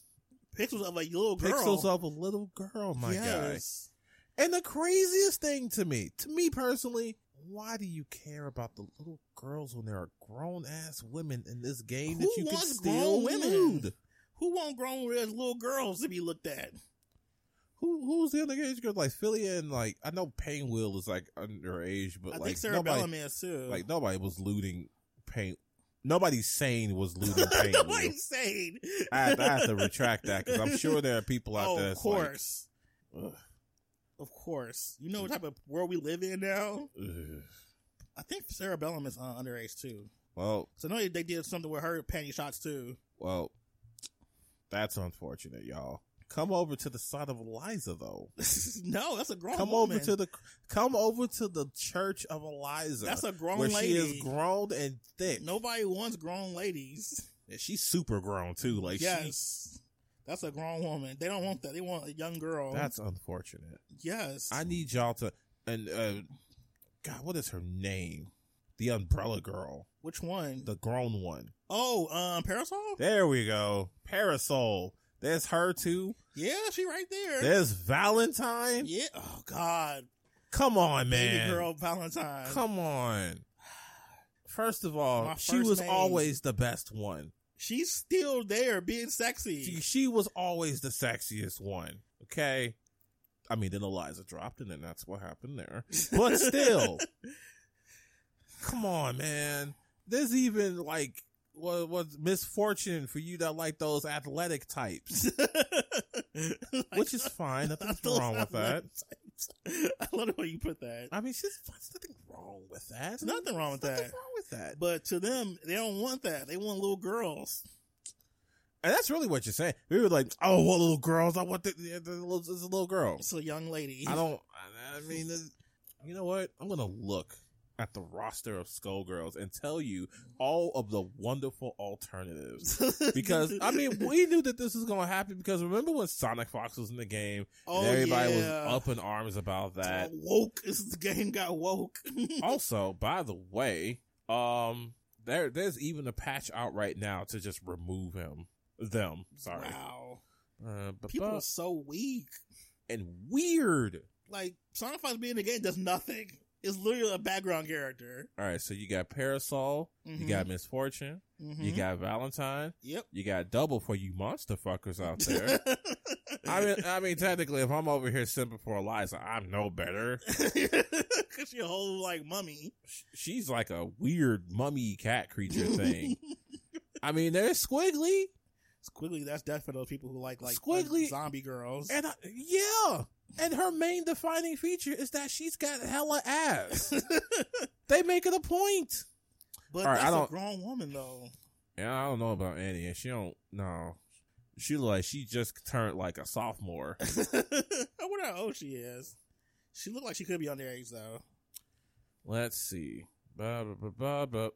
A: pixels of a little girl.
B: pixels of a little girl, my guy.
A: yes.
B: And the craziest thing to me, to me personally, why do you care about the little girls when there are grown ass women in this game
A: Who
B: that you can
A: wants
B: still
A: grown women?
B: lewd?
A: Who want grown as little girls to be looked at?
B: Who who's the underage girl? Like Philly and like I know Pain Will is like underage, but
A: I
B: like
A: think Sarah
B: nobody
A: Bellamy is too.
B: like nobody was looting Pain. Nobody sane was looting Pain Will.
A: Nobody's saying.
B: I have, I have to retract that because I'm sure there are people out
A: oh,
B: there.
A: of
B: That's
A: course,
B: Like, ugh,
A: of course. You know what type of world we live in now.
B: ugh.
A: I think Sarah Bellum is uh, underage too.
B: Well,
A: So I know they did something with her panty shots too.
B: well, that's unfortunate, y'all. Come over to the side of Eliza, though.
A: no, that's a grown.
B: come
A: woman.
B: over to the come over to the church of Eliza.
A: That's a grown
B: where
A: lady.
B: she is grown and thick.
A: Nobody wants grown ladies.
B: And she's super grown too. Like she's
A: yes, that's a grown woman. They don't want that. They want a young girl.
B: that's unfortunate.
A: yes.
B: Oh. I need y'all to and uh God, what is her name? The umbrella girl.
A: Which one?
B: The grown one.
A: oh, um, parasol.
B: There we go. Parasol. There's her too.
A: yeah, she right there.
B: There's Valentine.
A: yeah. Oh God,
B: Come on, man.
A: baby girl, Valentine.
B: Come on. First of all,
A: My
B: she
A: first
B: was
A: name.
B: always the best one.
A: She's still there, being sexy.
B: She, she was always the sexiest one. Okay. I mean, then Eliza dropped, and then that's what happened there. But still, come on, man. There's even like was was misfortune for you that like those athletic types, which is fine. Nothing's
A: Those
B: wrong with
A: athletic
B: that.
A: types. I love the way you put that.
B: I mean, she's there's nothing wrong with that.
A: There's nothing wrong with
B: There's
A: that.
B: Nothing wrong with that.
A: But to them, they don't want that. They want little girls.
B: And that's really what you're saying. We were like, oh, well, little girls. I want the, the, the little, it's a little girl.
A: It's a young lady.
B: I don't. I- I mean, it- you know what? I'm gonna look at the roster of Skullgirls and tell you all of the wonderful alternatives. Because I mean, we knew that this was gonna happen. Because remember when Sonic Fox was in the game,
A: oh,
B: and everybody
A: yeah.
B: was up in arms about that.
A: Uh, woke. This is- the game got woke.
B: also, by the way, um, there there's even a patch out right now to just remove him. Them, sorry.
A: Wow.
B: Uh, but
A: People are so weak.
B: and weird.
A: Like Sonic Fox being in the game does nothing. is literally a background character.
B: All right, so you got Parasol, you
A: Mm-hmm.
B: got Misfortune, you
A: Mhm.
B: got Valentine,
A: Yep.
B: you got Double for you monster fuckers out there. I mean, I mean, technically, if I'm over here simping for Eliza, I'm no better.
A: Cause she a whole like mummy.
B: Sh- She's like a weird mummy cat creature thing. I mean, there's Squiggly,
A: Squiggly, that's death for those people who like like
B: Squiggly-
A: zombie girls.
B: and I, yeah, and her main defining feature is that she's got hella ass. they make it a point.
A: But
B: All right, I
A: that's a
B: don't-
A: grown woman though.
B: And I don't know about Annie, and she don't. No, she look like she just turned like a sophomore.
A: I wonder how old she is. She looked like she could be underage though.
B: Let's see, ba ba ba ba. ba.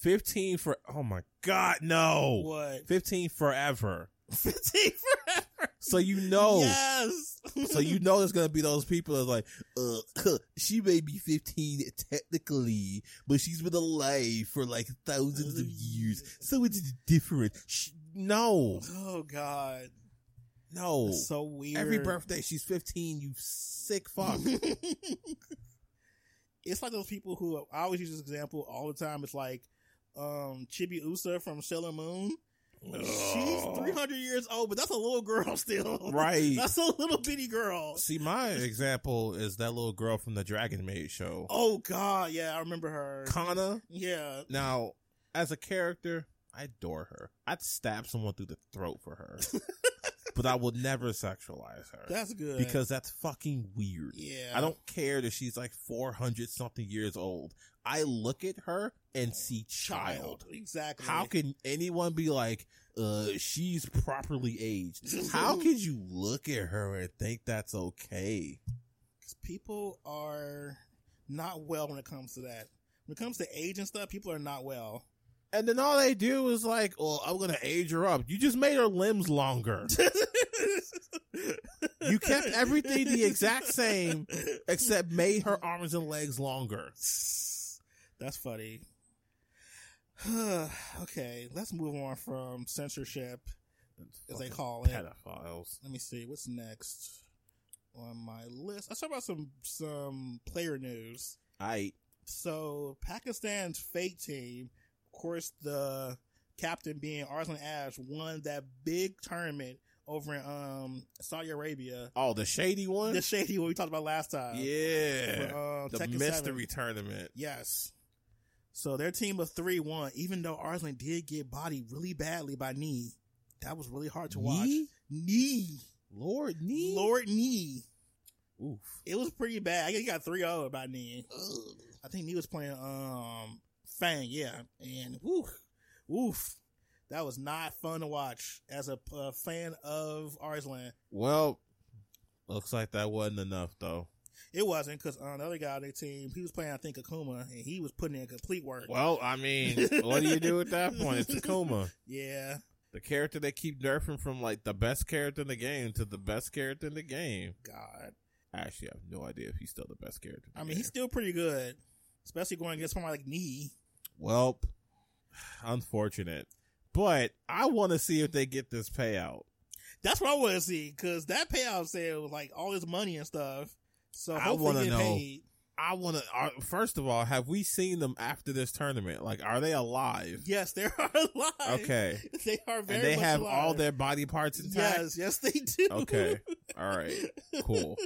B: Fifteen for. Oh my God, no.
A: What?
B: Fifteen forever.
A: Fifteen forever.
B: So you know.
A: Yes.
B: So you know there's gonna be those people that's like, uh, she may be 15 technically, but she's been alive for like thousands of years, so it's different. Sh no,
A: Oh God.
B: no.
A: That's so weird.
B: Every birthday she's 15. You sick fuck.
A: it's like those people who I always use this example all the time. It's like um Chibi Usa from Sailor Moon. She's
B: Ugh.
A: 300 years old, but that's a little girl still.
B: Oh. Right.
A: That's a little bitty girl.
B: See, my example is that little girl from the Dragon Maid show,
A: Oh God, yeah, I remember her.
B: Kana.
A: Yeah,
B: Now, as a character, I adore her. I'd stab someone through the throat for her, but I would never sexualize her
A: that's good.
B: because that's fucking weird.
A: yeah,
B: I don't care that she's like 400 something years old. I look at her and see child.
A: exactly.
B: How can anyone be like, uh, she's properly aged? How could you look at her and think that's okay?
A: 'Cause people are not well when it comes to that? When it comes to age and stuff, people are not well.
B: And then all they do is like, well, I'm going to age her up. You just made her limbs longer. You kept everything the exact same except made her arms and legs longer.
A: That's funny. okay, let's move on from censorship, as they call it.
B: pedophiles.
A: Let me see what's next on my list. Let's talk about some some player news.
B: I,
A: So Pakistan's fake team, of course, the captain being Arslan Ash, won that big tournament over in um, Saudi Arabia.
B: oh, the shady one?
A: The shady one we talked about last time.
B: yeah.
A: For, uh,
B: the
A: Tekken 7.
B: mystery tournament.
A: Yes. So their team of three won, even though Arslan did get bodied really badly by Knee. That was really hard to watch.
B: Knee?
A: Knee.
B: Lord knee.
A: Lord Knee.
B: Oof.
A: It was pretty bad. I guess he got 3 0 by Knee. I think Knee was playing um Fang, yeah. And woof, woof. That was not fun to watch as a uh, fan of Arslan.
B: Well, looks like that wasn't enough though.
A: It wasn't because uh, the other guy on their team, he was playing, I think, Akuma, and he was putting in complete work.
B: Well, I mean, what do you do at that point? It's Akuma,
A: Yeah.
B: the character they keep nerfing from like the best character in the game to the best character in the game.
A: God.
B: I actually have no idea if he's still the best character. in the
A: I mean, he's
B: game.
A: still pretty good, especially going against someone like Knee.
B: well, unfortunate, but I want to see if they get this payout.
A: That's what I want to see because that payout sale was like all his money and stuff. So
B: I
A: hopefully
B: wanna
A: I get
B: know.
A: paid.
B: I want to. Uh, first of all, have we seen them after this tournament? Like, are they alive?
A: Yes, they are alive.
B: Okay,
A: they are very.
B: and they
A: much
B: have
A: alive.
B: all their body parts intact.
A: Yes, yes, they do.
B: Okay. All right. Cool.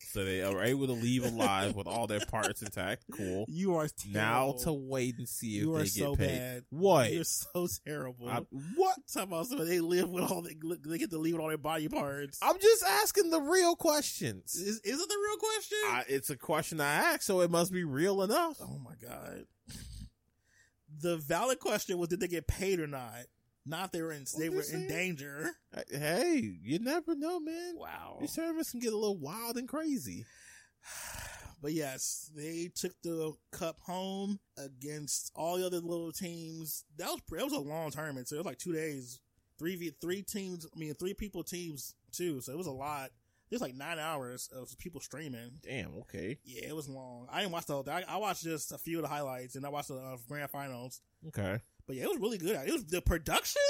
B: So they are able to leave alive with all their parts intact. Cool.
A: you are terrible.
B: Now to wait and see if
A: you
B: they
A: are
B: get
A: so
B: paid.
A: bad.
B: What?
A: You're so terrible.
B: I,
A: I'm
B: what?
A: talking about somebody they live with all they, they get to leave with all their body parts.
B: I'm just asking the real questions.
A: Is, is it the real question?
B: I, it's a question I asked, so it must be real enough.
A: Oh my god. The valid question was did they get paid or not? Not they were in
B: What
A: they
B: they
A: were
B: saying?
A: in danger.
B: I- Hey, you never know, man.
A: Wow.
B: These tournaments can get a little wild and crazy.
A: But yes, they took the cup home against all the other little teams. That was that was a long tournament, so it was like two days, three v three teams. I mean, three people teams too. So it was a lot. There's like nine hours of people streaming.
B: Damn. Okay.
A: Yeah, it was long. I didn't watch the whole. thing. I, I watched just a few of the highlights, and I watched the uh, grand finals.
B: Okay.
A: But yeah, it was really good. It was the production,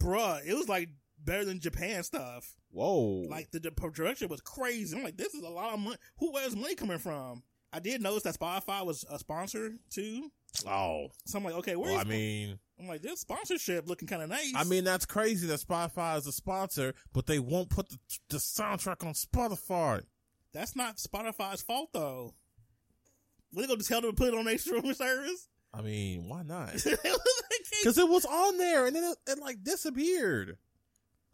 A: bruh. It was like better than Japan stuff.
B: Whoa.
A: Like the, the production was crazy. I'm like, this is a lot of money. Who where's money coming from? I did notice that Spotify was a sponsor too.
B: Oh,
A: So I'm like, okay, where
B: well,
A: is-
B: I mean,
A: I'm like, this sponsorship looking kind of nice.
B: I mean that's crazy that Spotify is a sponsor, but they won't put the, the soundtrack on Spotify.
A: that's not Spotify's fault though. We're gonna tell them to put it on their streaming service.
B: I mean, why not?
A: They can't-
B: Because it was on there and then it, it like disappeared.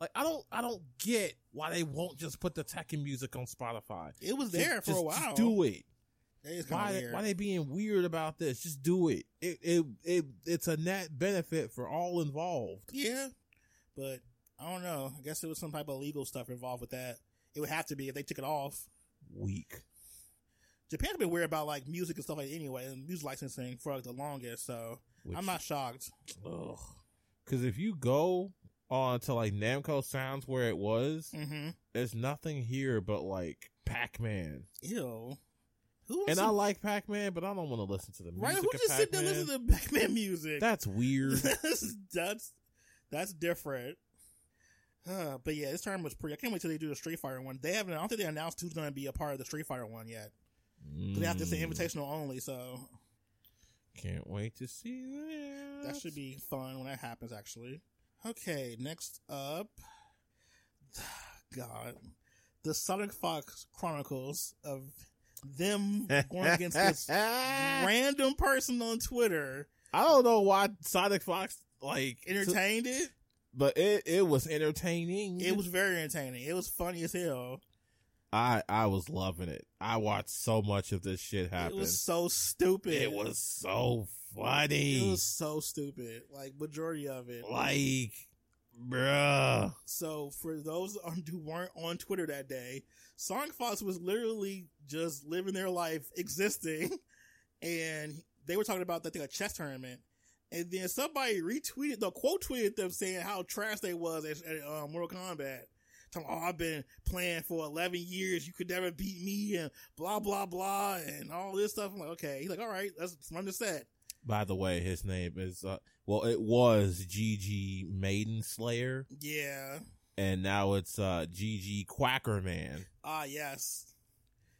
B: Like I don't, I don't get why they won't just put the tech and music on Spotify.
A: it was there
B: Just-
A: for a
B: just-
A: while.
B: Just do it.
A: That is kinda
B: Why?
A: weird.
B: Why they being weird about this? Just do it. It, it. it. It's a net benefit for all involved.
A: Yeah, but I don't know. I guess there was some type of legal stuff involved with that. It would have to be if they took it off.
B: Weak.
A: Japan's been weird about like music and stuff like that anyway, and music licensing for like, the longest. So
B: Which-
A: I'm not shocked.
B: Ugh. Because if you go on to like Namco Sounds where it was,
A: Mm-hmm.
B: there's nothing here but like Pac Man.
A: Ew. Who
B: And
A: wants
B: I
A: to-
B: like Pac Man, but I don't want to listen to the music.
A: right? Who
B: of
A: just sit there
B: Pac-Man.
A: listen to Batman music?
B: That's weird.
A: that's that's that's different. Uh, but yeah, this term was pretty. I can't wait till they do the Street Fighter one. They haven't. I don't think they announced who's going to be a part of the Street Fighter one yet. 'Cause They have to say
B: Mm.
A: invitational only, so
B: Can't wait to see that.
A: That should be fun when that happens, actually. Okay, next up. God. The Sonic Fox Chronicles of them going against this random person on Twitter
B: I don't know why Sonic Fox like, t-
A: entertained it.
B: but it it was entertaining.
A: It was very entertaining. It was funny as hell.
B: I I was loving it. I watched so much of this shit happen.
A: It was so stupid.
B: It was so funny.
A: It was so stupid. Like majority of it.
B: like, bruh.
A: So for those on- who weren't on Twitter that day, Sonic Fox was literally just living their life, existing, and they were talking about that thing a chess tournament, and then somebody retweeted the quote tweeted them saying how trash they was at, at uh, Mortal Kombat. Talking, oh, I've been playing for eleven years. You could never beat me, and blah blah blah, and all this stuff. I'm like, okay, he's like, all right, let's run the set.
B: By the way, his name is uh, well, it was GG Maiden Slayer,
A: Yeah,
B: and now it's uh GG Quackerman.
A: Ah, yes.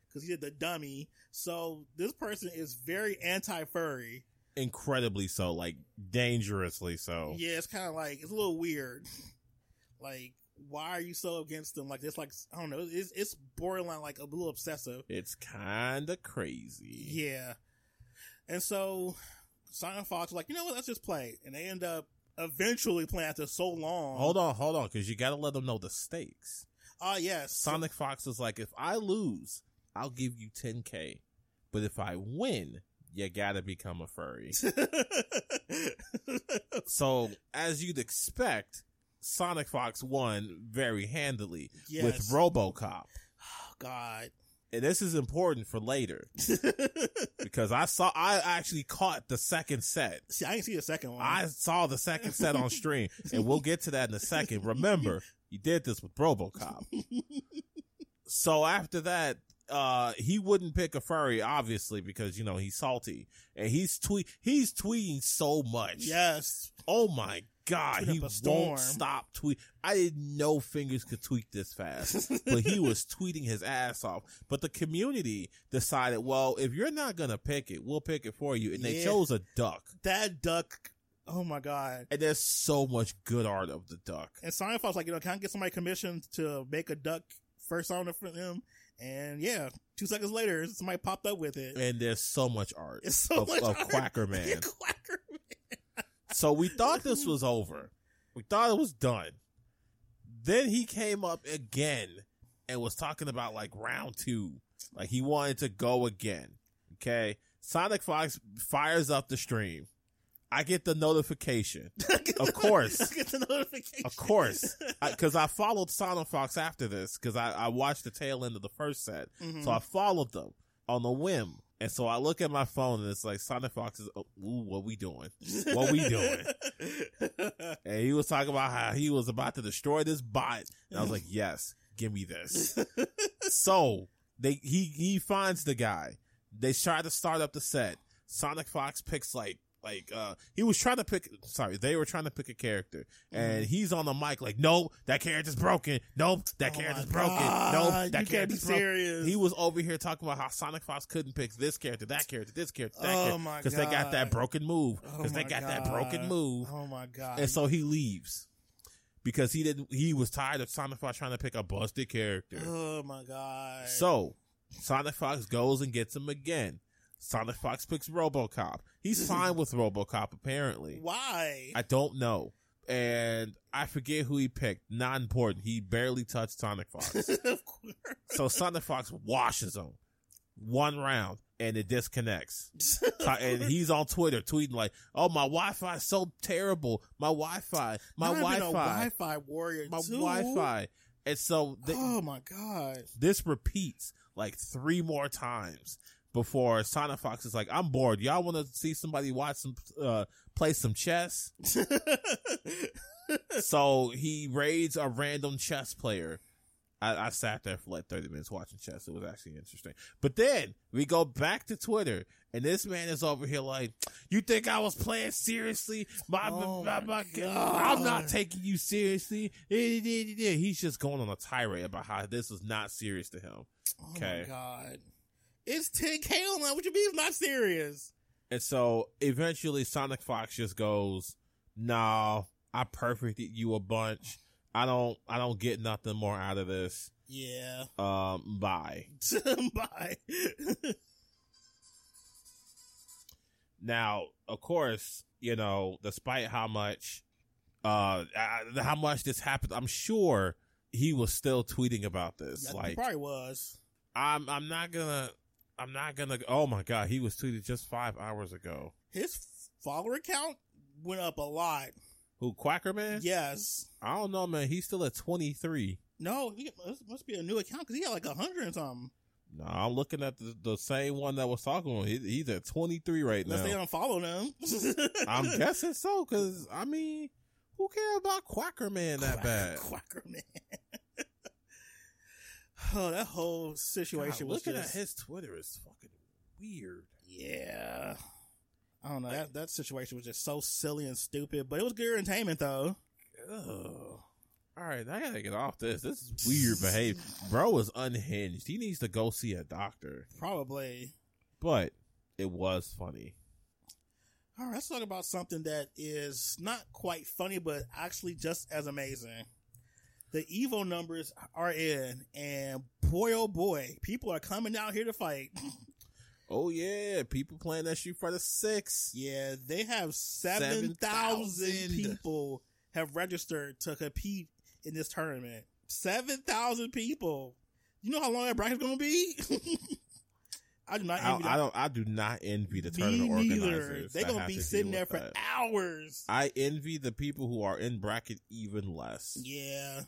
A: Because he did the dummy. So this person is very anti furry.
B: incredibly so, like dangerously so.
A: Yeah, it's kind of like, it's a little weird. like, why are you so against them? Like, it's like, I don't know, it's, it's borderline, like, a little obsessive.
B: It's kind of crazy.
A: Yeah. And so Simon Fox was like, you know what, let's just play. And they end up eventually playing after so long.
B: Hold on, hold on, because you got to let them know the stakes.
A: Ah, yes.
B: Sonic Fox is like, if I lose, I'll give you 10k, but if I win, you gotta become a furry. so, as you'd expect, Sonic Fox won very handily
A: yes.
B: with RoboCop,
A: oh, God.
B: and this is important for later because I saw I actually caught the second set.
A: See, I didn't see the second one.
B: I saw the second set on stream, and we'll get to that in a second. Remember, you did this with RoboCop. so after that, uh, he wouldn't pick a furry, obviously, because you know he's salty, and he's tweet he's tweeting so much.
A: yes.
B: Oh my god,
A: Tweet
B: he
A: up a storm.
B: won't stop tweet. I didn't know fingers could tweet this fast. But he was tweeting his ass off. But the community decided, well, if you're not gonna pick it, we'll pick it for you. And they
A: Yeah.
B: chose a duck.
A: that duck. Oh my god!
B: And there's so much good art of the duck.
A: And Sonic Fox like, you know, can I get somebody commissioned to make a duck first song for them? And yeah, two seconds later, somebody popped up with it.
B: And there's so much art
A: It's so
B: of,
A: much
B: of
A: art.
B: Quacker Man.
A: Quacker Man.
B: so we thought this was over. We thought it was done. Then he came up again and was talking about like round two. Like he wanted to go again. Okay. Sonic Fox fires up the stream. I get the notification.
A: I get
B: Of
A: the-
B: course.
A: I get the notification.
B: Of course. Because I, followed Sonic Fox after this because I, I watched the tail end of the first set.
A: Mhm.
B: So I followed them on a whim. And so I look at my phone and it's like Sonic Fox is, oh, ooh, what we doing? what we doing? And he was talking about how he was about to destroy this bot. And I was like, yes, give me this. so they he he finds the guy. They try to start up the set. Sonic Fox picks like like uh he was trying to pick sorry they were trying to pick a character and
A: Mm-hmm.
B: he's on the mic like nope that character's broken nope that
A: Oh
B: character's
A: my
B: broken
A: God, you
B: nope that
A: can't be
B: character's broken
A: serious.
B: he was over here talking about how Sonic Fox couldn't pick this character that character this character that
A: Oh
B: character
A: my
B: they got
A: God.
B: that broken move
A: Oh
B: because they
A: my
B: got that broken
A: God.
B: move
A: Oh my god!
B: and so he leaves because he didn't he was tired of Sonic Fox trying to pick a busted character
A: oh my god!
B: so Sonic Fox goes and gets him again. Sonic Fox picks RoboCop. He's fine with RoboCop apparently.
A: why?
B: I don't know, and I forget who he picked. Not important. He barely touched Sonic Fox.
A: of course.
B: so Sonic Fox washes him one round, and it disconnects. So- and he's on Twitter tweeting like, "Oh, my Wi-Fi is so terrible. My Wi-Fi. My
A: I've been a
B: Wi-Fi.
A: Wi-Fi warrior.
B: My
A: too.
B: Wi-Fi." And so the,
A: oh my god!
B: this repeats like three more times before Sonic Fox is like, "I'm bored. Y'all want to see somebody watch some uh, play some chess?" so he raids a random chess player. I, I sat there for like 30 minutes watching chess. It was actually interesting. But then we go back to Twitter, and this man is over here like, You think I was playing seriously? My,
A: Oh
B: my-
A: my
B: my- I'm not
A: God.
B: taking you seriously. He's just going on a tirade about how this is not serious to him.
A: oh
B: Okay.
A: my god! It's 10k online. What you mean it's not serious?
B: And so eventually Sonic Fox just goes, Nah, I perfected you a bunch. I don't I don't get nothing more out of this.
A: Yeah.
B: Um, bye.
A: Bye.
B: Now, of course, you know, despite how much uh I- how much this happened, I'm sure he was still tweeting about this.
A: Yeah, it
B: like
A: probably was.
B: I'm I'm not gonna I'm not gonna oh my god, he was tweeted just five hours ago.
A: His follower count went up a lot.
B: Who Quackerman?
A: Yes.
B: I don't know, man. He's still at twenty three.
A: No, he this must be a new account because he got like a hundred and something.
B: No, I'm looking at the, the same one that was talking. to him. He, he's at 23 right
A: Unless they
B: now.
A: don't follow them.
B: I'm guessing so, because I mean, who care about Quacker Man that bad?
A: Quacker man. oh, that whole situation
B: God,
A: was
B: looking
A: just
B: at his Twitter is fucking weird.
A: yeah. I don't know. That that situation was just so silly and stupid, but it was good entertainment though.
B: Ugh. All right, I gotta get off this. This is weird behavior. Bro is unhinged. He needs to go see a doctor.
A: Probably.
B: But it was funny.
A: All right, let's talk about something that is not quite funny, but actually just as amazing. The evil numbers are in, and boy, oh boy, people are coming out here to fight.
B: Oh yeah, people playing that Street Fighter Six.
A: Yeah, they have 7,000
B: 7,000. people
A: people have registered to compete in this tournament. 7,000 people. You know how long that bracket's going to be? I do not
B: I,
A: envy
B: I
A: that.
B: don't. I do not envy the
A: Me
B: tournament
A: neither.
B: organizers.
A: They're
B: that
A: going to
B: have
A: be
B: deal
A: sitting there
B: with
A: for
B: that.
A: hours.
B: I envy the people who are in bracket even less
A: yeah.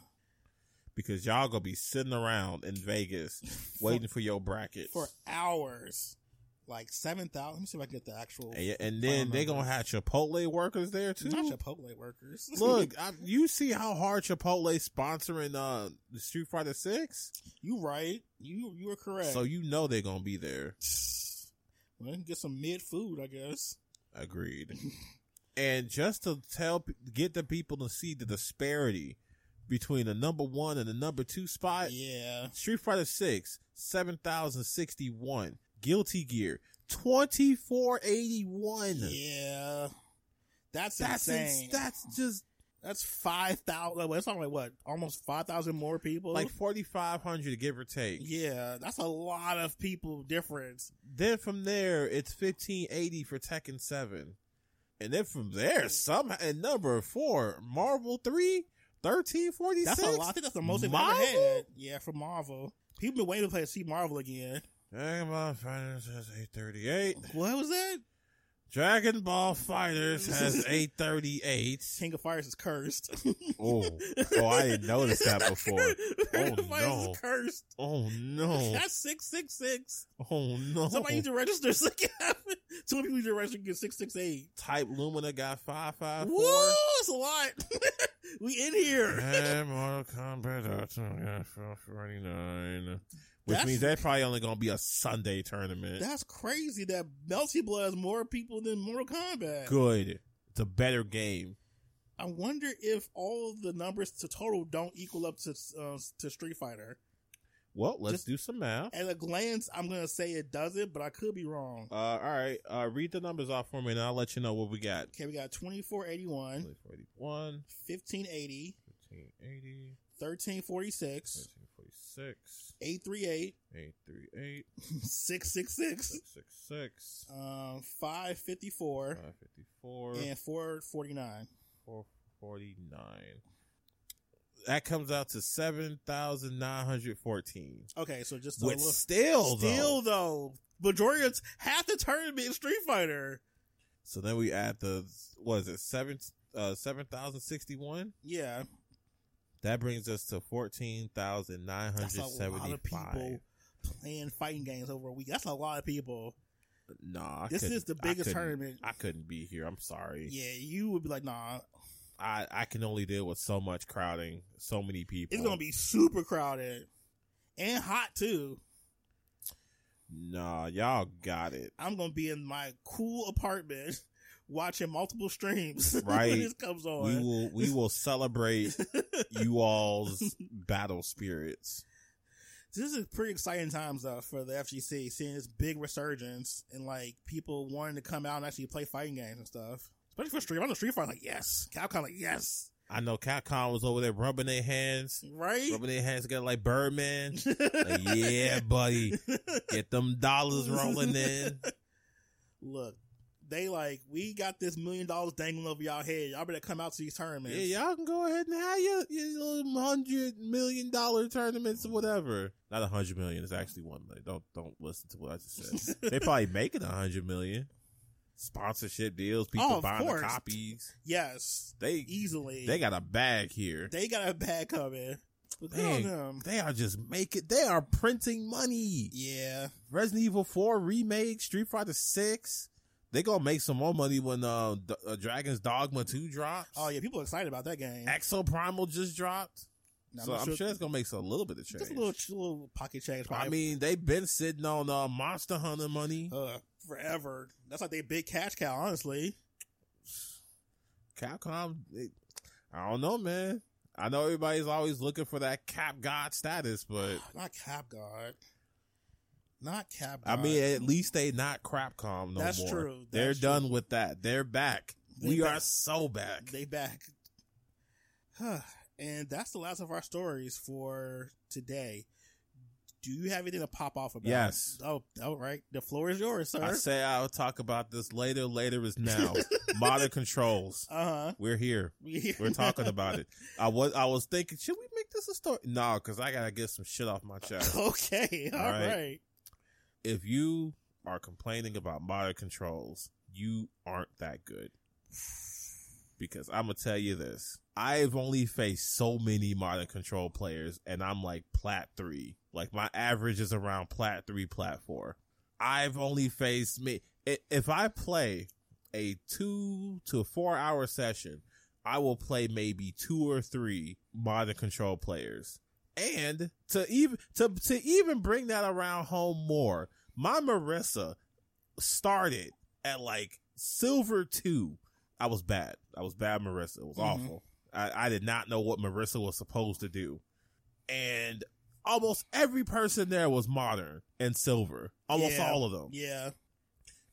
B: because y'all gonna be sitting around in Vegas waiting for your bracket.
A: For hours. Like 7,000. Let me see if I can get the actual.
B: And, and then they gonna have Chipotle workers there too.
A: Not Chipotle workers.
B: Look, I, you see how hard Chipotle sponsoring uh the Street Fighter Six,
A: you right. You you are correct.
B: so you know they're gonna be there.
A: well, I can get some mid food, I guess.
B: Agreed. and just to tell, get the people to see the disparity between the number one and the number two spot.
A: yeah.
B: Street Fighter 6, 7061. Guilty Gear, 2481.
A: Yeah, that's
B: That's
A: insane.
B: ins- that's just
A: that's five thousand. That's probably what almost five thousand more people.
B: like 4500 give or take.
A: yeah, that's a lot of people difference.
B: Then from there it's 1580 for Tekken 7. And then from there somehow and number 4, Marvel 3, 1346.
A: That's a lot. I think that's the most they've ever
B: Marvel?
A: had. Yeah, for Marvel, people been waiting to play see Marvel again.
B: Dragon Ball Fighters has 838.
A: What was that?
B: Dragon Ball Fighters has 838.
A: King of Fires is cursed.
B: Oh, oh, I didn't notice that before.
A: King
B: Oh,
A: of Fighters
B: no.
A: is cursed.
B: Oh no!
A: That's six six six.
B: Oh no!
A: Somebody needs to register. So it can happen. Too many people need to register. to Get six six eight.
B: Type Lumina got five five
A: Whoa,
B: four.
A: that's a lot. we in here.
B: uh, and Mortal Kombat Ultimate got 449. which
A: That's-
B: means that's probably only gonna be a Sunday tournament.
A: That's crazy that Melty Blood has more people than Mortal Kombat.
B: Good. It's a better game.
A: I wonder if all the numbers to total don't equal up to uh, to Street Fighter.
B: Well, let's
A: Just-
B: do some math.
A: At a glance, I'm gonna say it doesn't, but I could be wrong.
B: Uh, all right, uh, read the numbers off for me, and I'll let you know what we got.
A: Okay, we got 2481,
B: 41,
A: 1580,
B: 1580,
A: 1346,
B: 1346,
A: 838,
B: 838,
A: 666,
B: 666,
A: um, 554,
B: 554,
A: and 449.
B: 449. That comes out to 7,914.
A: Okay, so just a
B: Which
A: little-
B: still,
A: Still
B: though.
A: though, majority of half the tournament is Street Fighter.
B: So then we add the, what is it, seven uh, 7,061?
A: Yeah,
B: That brings us to
A: that's a lot of
B: 14,975.
A: people playing fighting games over a week. That's a lot of people.
B: Nah, I
A: this
B: couldn't-
A: is the
B: I
A: biggest
B: couldn't-
A: tournament.
B: I couldn't be here. I'm sorry.
A: Yeah, you would be like, nah,
B: I, I can only deal with so much crowding, so many people.
A: it's gonna be super crowded and hot too.
B: Nah, y'all got it.
A: I'm gonna be in my cool apartment watching multiple streams
B: Right.
A: when this comes
B: We
A: on.
B: will we will celebrate you all's battle spirits.
A: this is pretty exciting times though for the FGC, seeing this big resurgence and like people wanting to come out and actually play fighting games and stuff. Especially for Street, I'm on Street Fighter, like yes, Capcom, like yes,
B: I know Capcom was over there rubbing their hands,
A: right?
B: rubbing their hands together like Birdman. Like, yeah, buddy, get them dollars rolling in.
A: Look, they like we got this million dollars dangling over y'all head. Y'all better come out to these tournaments.
B: Yeah, y'all can go ahead and have your, your little hundred million dollar tournaments or whatever. Not a hundred million; it's actually one million. Don't don't listen to what I just said. they probably making a hundred million sponsorship deals. People
A: Oh, of
B: buying the
A: course.
B: copies.
A: Yes,
B: They
A: easily.
B: they got a bag here.
A: They got a bag coming. But good on
B: Man.
A: them.
B: They are just making. They are printing money.
A: Yeah,
B: Resident Evil Four remake, Street Fighter Six. They gonna make some more money when uh, D- uh Dragon's Dogma Two drops.
A: oh yeah, people are excited about that game.
B: Exo Primal just dropped.
A: Now,
B: so I'm sure,
A: it's
B: it's gonna make a little bit of change.
A: just a little, little pocket change.
B: I
A: probably.
B: mean, they've been sitting on uh, Monster Hunter money.
A: uh, forever. That's like they big cash cow, honestly.
B: Capcom, they- I don't know, man. I know everybody's always looking for that Cap God status, but
A: Not Cap God. Not Cap
B: I
A: God.
B: mean, at least they not Crapcom no
A: That's
B: more.
A: true. That's
B: They're
A: true.
B: done with that. They're back.
A: They
B: we
A: back.
B: are so back.
A: they back. Huh. and that's the last of our stories for today. Do you have anything to pop off about?
B: Yes.
A: Oh, all right. The floor is yours,
B: I
A: sir.
B: say I'll talk about this later. Later is now. Modern controls.
A: Uh huh.
B: We're here. We're talking about it. I was I was thinking, should we make this a story? No, because I gotta get some shit off my chest.
A: Okay.
B: All
A: all
B: right.
A: right.
B: if you are complaining about modern controls, you aren't that good. Because I'm gonna tell you this. I've only faced so many modern control players and I'm like plat 3. Like my average is around plat 3, plat 4. I've only faced me i- if I play a 2 to 4 hour session, I will play maybe 2 or 3 modern control players and to even to to even bring that around home more, my Marissa started at like silver two. I was bad. I was bad, Marissa. It was
A: Mhm.
B: awful. I, I did not know what Marissa was supposed to do, and almost every person there was modern and silver. Almost
A: Yeah.
B: all of them,
A: Yeah.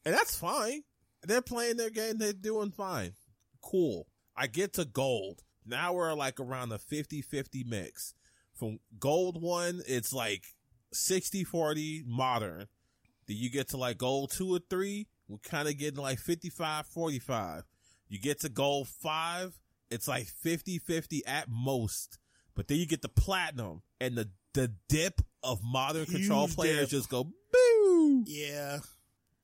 B: and that's fine. They're playing their game. They're doing fine. Cool. I get to gold. Now we're like around the 50 50 mix. From gold one, it's like 60 40 modern. Then you get to like gold two or three, we're kind of getting like 55 45. You get to gold five, it's like 50 50 at most. But then you get to platinum, and the, the dip of modern control
A: Huge
B: players
A: dip.
B: just go boo.
A: Yeah.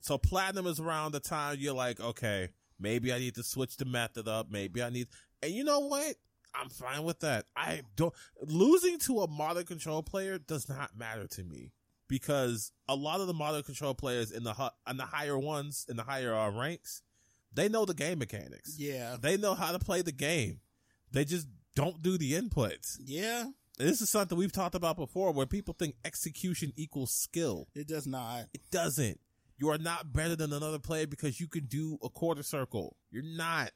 B: So platinum is around the time you're like, okay, maybe I need to switch the method up. Maybe I need, and you know what? I'm fine with that. I don't losing to a modern control player does not matter to me because a lot of the modern control players in the hu- in the higher ones in the higher uh, ranks, they know the game mechanics.
A: Yeah.
B: They know how to play the game. They just don't do the inputs.
A: Yeah.
B: This is something we've talked about before where people think execution equals skill.
A: It does not.
B: It doesn't. You are not better than another player because you can do a quarter circle. You're not.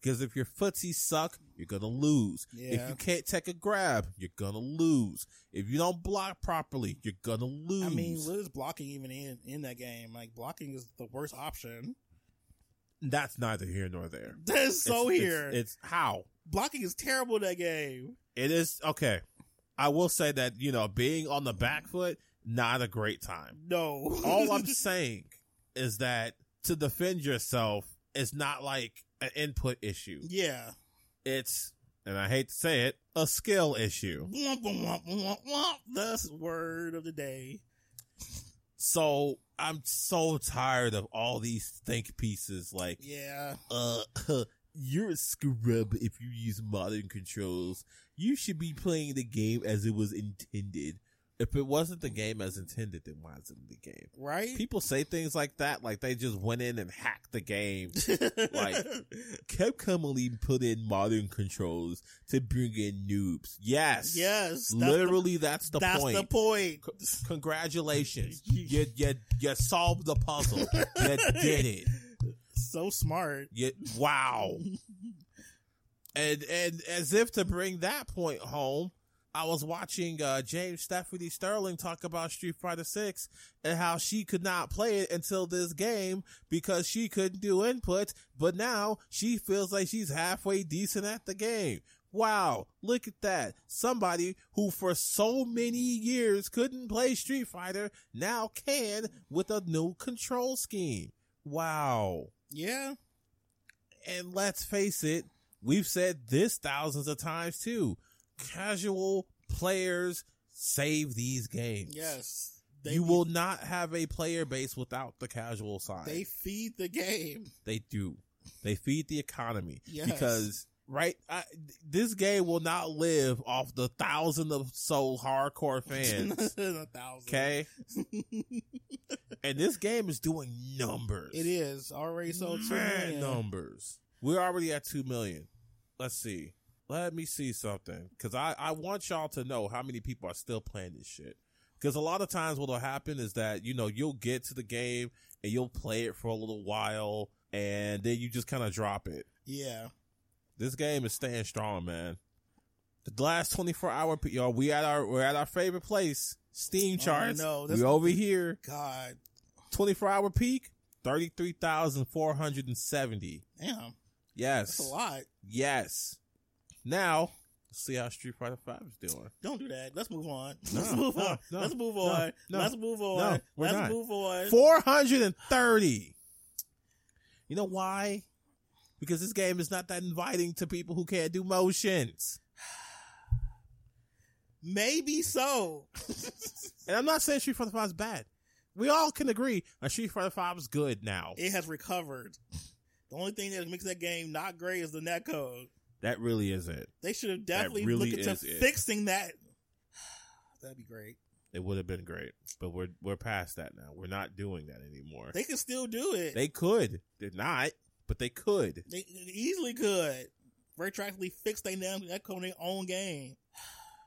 B: Because if your footsies suck, you're gonna lose. If
A: Yeah.
B: you can't take a grab, you're gonna lose. If you don't block properly, you're gonna lose.
A: I mean, what is blocking even in in that game? Like blocking is the worst option.
B: that's neither here nor there.
A: That is so
B: It's-
A: here.
B: It's, it's how
A: blocking is terrible in that game.
B: it is. Okay, I will say that you know being on the back foot not a great time.
A: No.
B: All I'm saying is that to defend yourself is not like an input issue.
A: yeah.
B: It's and I hate to say it, a skill issue.
A: Womp, womp, womp, womp. That's word of the day.
B: So I'm so tired of all these think pieces like
A: Yeah.
B: uh you're a scrub if you use modern controls. You should be playing the game as it was intended. If it wasn't the game as intended, then why is it the game?
A: Right.
B: People say things like that, like they just went in and hacked the game. like- Capcom only put in modern controls to bring in noobs. Yes.
A: yes. That's
B: Literally, that's
A: The,
B: the
A: that's
B: point.
A: the point.
B: C- Congratulations. you, you, you solved the puzzle. you did it.
A: So smart.
B: You, wow. And and as if to bring that point home, I was watching uh, James Stephanie Sterling talk about Street Fighter Six and how she could not play it until this game because she couldn't do input, but now she feels like she's halfway decent at the game. Wow, look at that. Somebody who for so many years couldn't play Street Fighter now can with a new control scheme. Wow.
A: Yeah.
B: And let's face it, we've said this thousands of times too. Casual players save these games.
A: Yes.
B: you will not have a player base without the casual side.
A: They feed the game.
B: They do. They feed the economy
A: Yes.
B: because right, I, th- this game will not live off the thousand of so hardcore fans.
A: a thousand.
B: okay, and this game is doing numbers.
A: It is already so two
B: Mad
A: million.
B: numbers. We're already at two million. Let's see. Let me see something because I I want y'all to know how many people are still playing this shit. Because a lot of times what'll happen is that you know you'll get to the game and you'll play it for a little while and then you just kind of drop it.
A: Yeah.
B: This game is staying strong, man. The last twenty four hour, pe- y'all, we at our we're at our favorite place, Steam
A: Oh,
B: charts.
A: no, that's-
B: we over here.
A: God.
B: Twenty four hour peak, thirty three thousand four hundred and seventy.
A: Damn.
B: Yes,
A: That's a lot.
B: Yes. Now, let's see how Street Fighter Five is doing.
A: Don't do that. Let's move on.
B: No,
A: Let's move
B: no,
A: on.
B: no,
A: Let's move
B: no,
A: on.
B: no,
A: Let's move on.
B: no, we're
A: Let's
B: not.
A: move on.
B: Four hundred and thirty. You know why? Because this game is not that inviting to people who can't do motions.
A: Maybe so.
B: And I'm not saying Street Fighter Five is bad. We all can agree that Street Fighter Five is good now.
A: it has recovered. The only thing that makes that game not great is the net code.
B: That really is it.
A: They should have definitely
B: really
A: looked into
B: is it.
A: fixing that. That'd be great.
B: It would have been great, but we're we're past that now. We're not doing that anymore.
A: They could still do it.
B: They could. They're not, but they could.
A: They easily could retroactively fix they damn that code in their own game.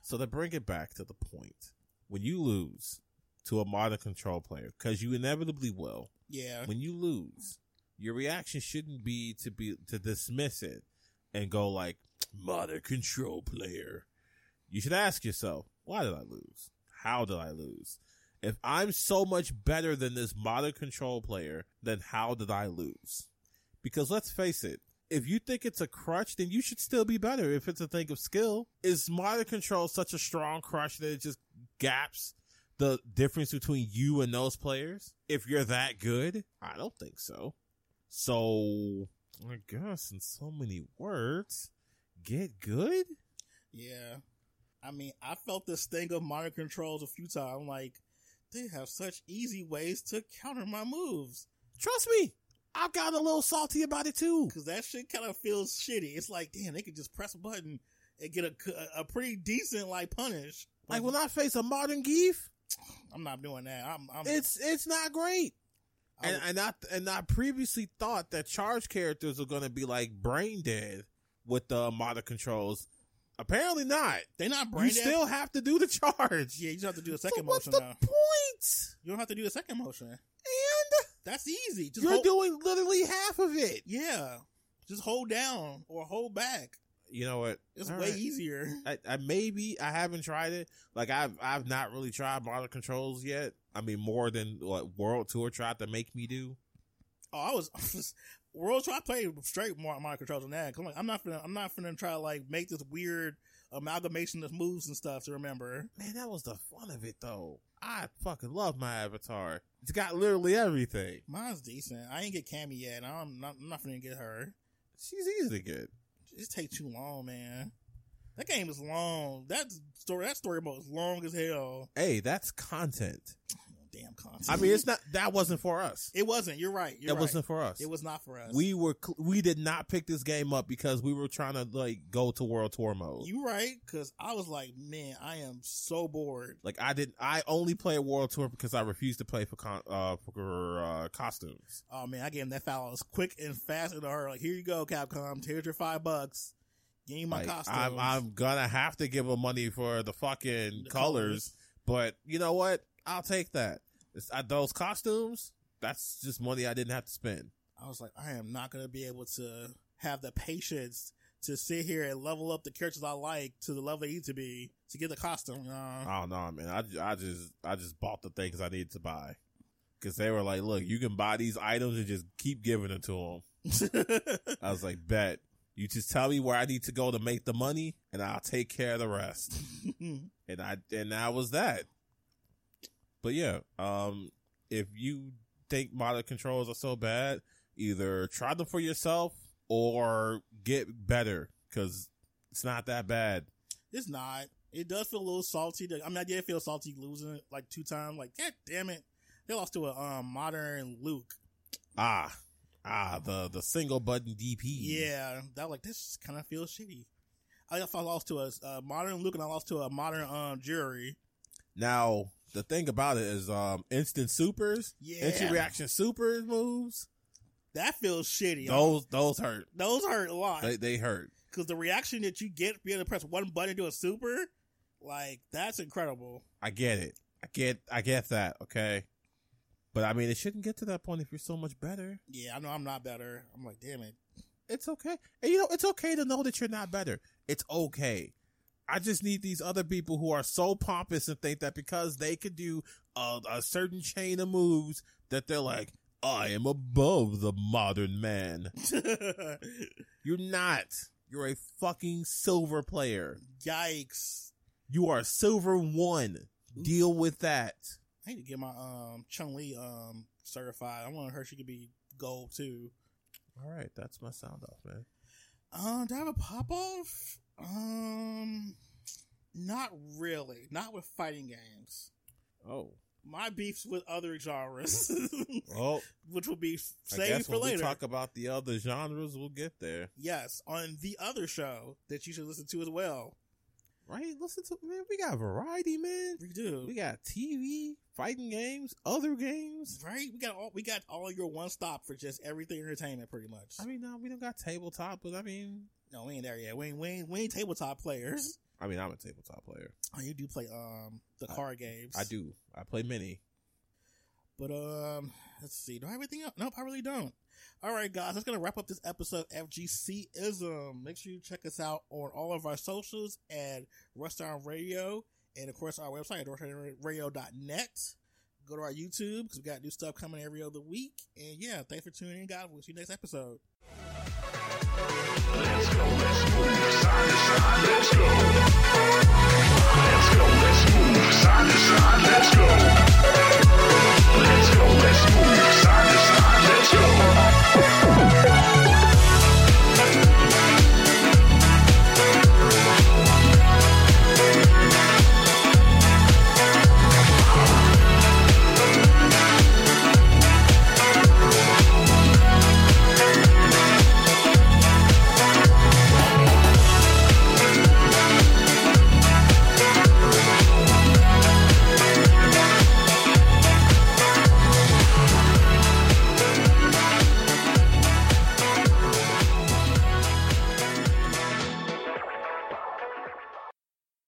B: So to bring it back to the point, when you lose to a modern control player, because you inevitably will,
A: Yeah,
B: when you lose, your reaction shouldn't be to be to dismiss it and go like modern control player. You should ask yourself, why did I lose? How did I lose? If I'm so much better than this modern control player, then how did I lose? Because let's face it, if you think it's a crutch, then you should still be better if it's a thing of skill. Is modern control such a strong crutch that it just gaps the difference between you and those players? If you're that good? I don't think so. So, I guess in so many words, get good?
A: yeah. I mean, I felt this thing of modern controls a few times. I'm like, they have such easy ways to counter my moves
B: Trust me, I've gotten a little salty about it too.
A: because that shit kind of feels shitty. It's like, damn, they could just press a button and get a a pretty decent like punish.
B: Like when I face a modern geef,
A: I'm not doing that. I'm, I'm
B: it's it's not great.
A: I-
B: And and I and I previously thought that charge characters are gonna be like brain dead with the modern controls. Apparently not.
A: They not
B: you
A: brain dead.
B: still have to do the charge.
A: yeah, you just have to do a
B: So
A: second
B: what's
A: motion
B: the
A: now.
B: point?
A: You don't have to do a second motion.
B: And
A: That's easy. Just
B: you're
A: hold,
B: doing literally half of it.
A: yeah, just hold down or hold back.
B: You know what?
A: It's
B: All
A: way
B: right.
A: easier.
B: I, I maybe I haven't tried it. Like I've I've not really tried modern controls yet. I mean, more than what World Tour tried to make me do.
A: Oh, I was World Tour. I played straight Mar- Mario controls on that. 'cause I'm like, I'm not finna, I'm not finna try to like make this weird amalgamation of moves and stuff to remember.
B: Man, that was the fun of it though. I fucking love my avatar. It's got literally everything.
A: Mine's decent. I ain't get Cammy yet. and I'm not, I'm not finna get her.
B: She's easy to get.
A: It take too long, man. That game is long. That story, that storybook is long as hell.
B: Hey, that's content.
A: Damn content.
B: I mean, it's not that wasn't for us.
A: It wasn't. You're right. You're
B: That
A: right.
B: wasn't for us.
A: It was not for us.
B: we were cl- we did not pick this game up because we were trying to like go to World Tour mode.
A: You right? Because I was like, man, I am so bored.
B: Like I didn't. I only play World Tour because I refused to play for con- uh, for uh, costumes.
A: Oh man, I gave him that foul. It was quick and fast into her. Like, here you go, Capcom. Here's your five bucks. Give me my
B: Like,
A: costume.
B: I'm I'm gonna have to give them money for the fucking colors, but you know what? I'll take that. It's, uh, those costumes. That's just money I didn't have to spend.
A: I was like, I am not gonna be able to have the patience to sit here and level up the characters I like to the level they need to be to get the costume. Uh,
B: I don't know, Oh, man. I, ju- I just I just bought the things I needed to buy because they were like, look, you can buy these items and just keep giving them to them. I was like, bet. You just tell me where I need to go to make the money, and I'll take care of the rest. and I and that was that. But yeah, um, if you think modern controls are so bad, either try them for yourself or get better because it's not that bad.
A: it's not. It does feel a little salty. to- I mean, I did feel salty losing it like two times. Like, god damn it, they lost to a um, modern Luke.
B: Ah, ah, the the single button DP.
A: Yeah, that like this kind of feels shitty. I guess I lost to a, a modern look, and I lost to a modern um jury.
B: Now the thing about it is, um, instant supers, instant
A: Yeah.
B: reaction supers moves.
A: That feels shitty.
B: Those those hurt.
A: Those hurt a lot
B: They they hurt.
A: because the reaction that you get being able to press one button to a super, like that's incredible.
B: I get it. I get I get that. Okay, but I mean, it shouldn't get to that point if you're so much better.
A: Yeah, I know I'm not better. I'm like, damn it.
B: it's okay. And you know, it's okay to know that you're not better. It's okay. I just need these other people who are so pompous and think that because they could do a, a certain chain of moves that they're like, I am above the modern man. You're not. You're a fucking silver player.
A: Yikes!
B: You are silver one. Deal with that.
A: I need to get my um Chun Li um certified. I want her. She could be gold too.
B: All right, that's my sound off, man.
A: Um, do I have a pop off? Um, not really. Not with fighting games.
B: Oh,
A: My beefs with other genres,
B: oh!
A: which will be
B: I
A: saved
B: guess
A: for
B: when
A: later.
B: we talk about the other genres, we'll get there.
A: yes, on the other show that you should listen to as well.
B: Right? Listen to man, we got variety, man.
A: We do
B: We got TV, fighting games, other games.
A: right. We got all we got all your one stop for just everything entertainment, pretty much.
B: I mean, no, we don't got tabletop, but I mean,
A: no, we ain't there yet. We ain't, we ain't, we ain't tabletop players.
B: I mean, I'm a tabletop player.
A: Oh, you do play um the
B: I-
A: card games.
B: I do. I play many.
A: But um, let's see. Do I have anything else? Nope, I really don't. All right, guys, that's gonna wrap up this episode of FGCism. Make sure you check us out on all of our socials at Restaurant Radio, and of course our website at restaurantradio.net. Go to our YouTube because we got new stuff coming every other week. And yeah, thanks for tuning in, guys. We'll see you next episode.
C: Let's go, let's move side to side, let's go.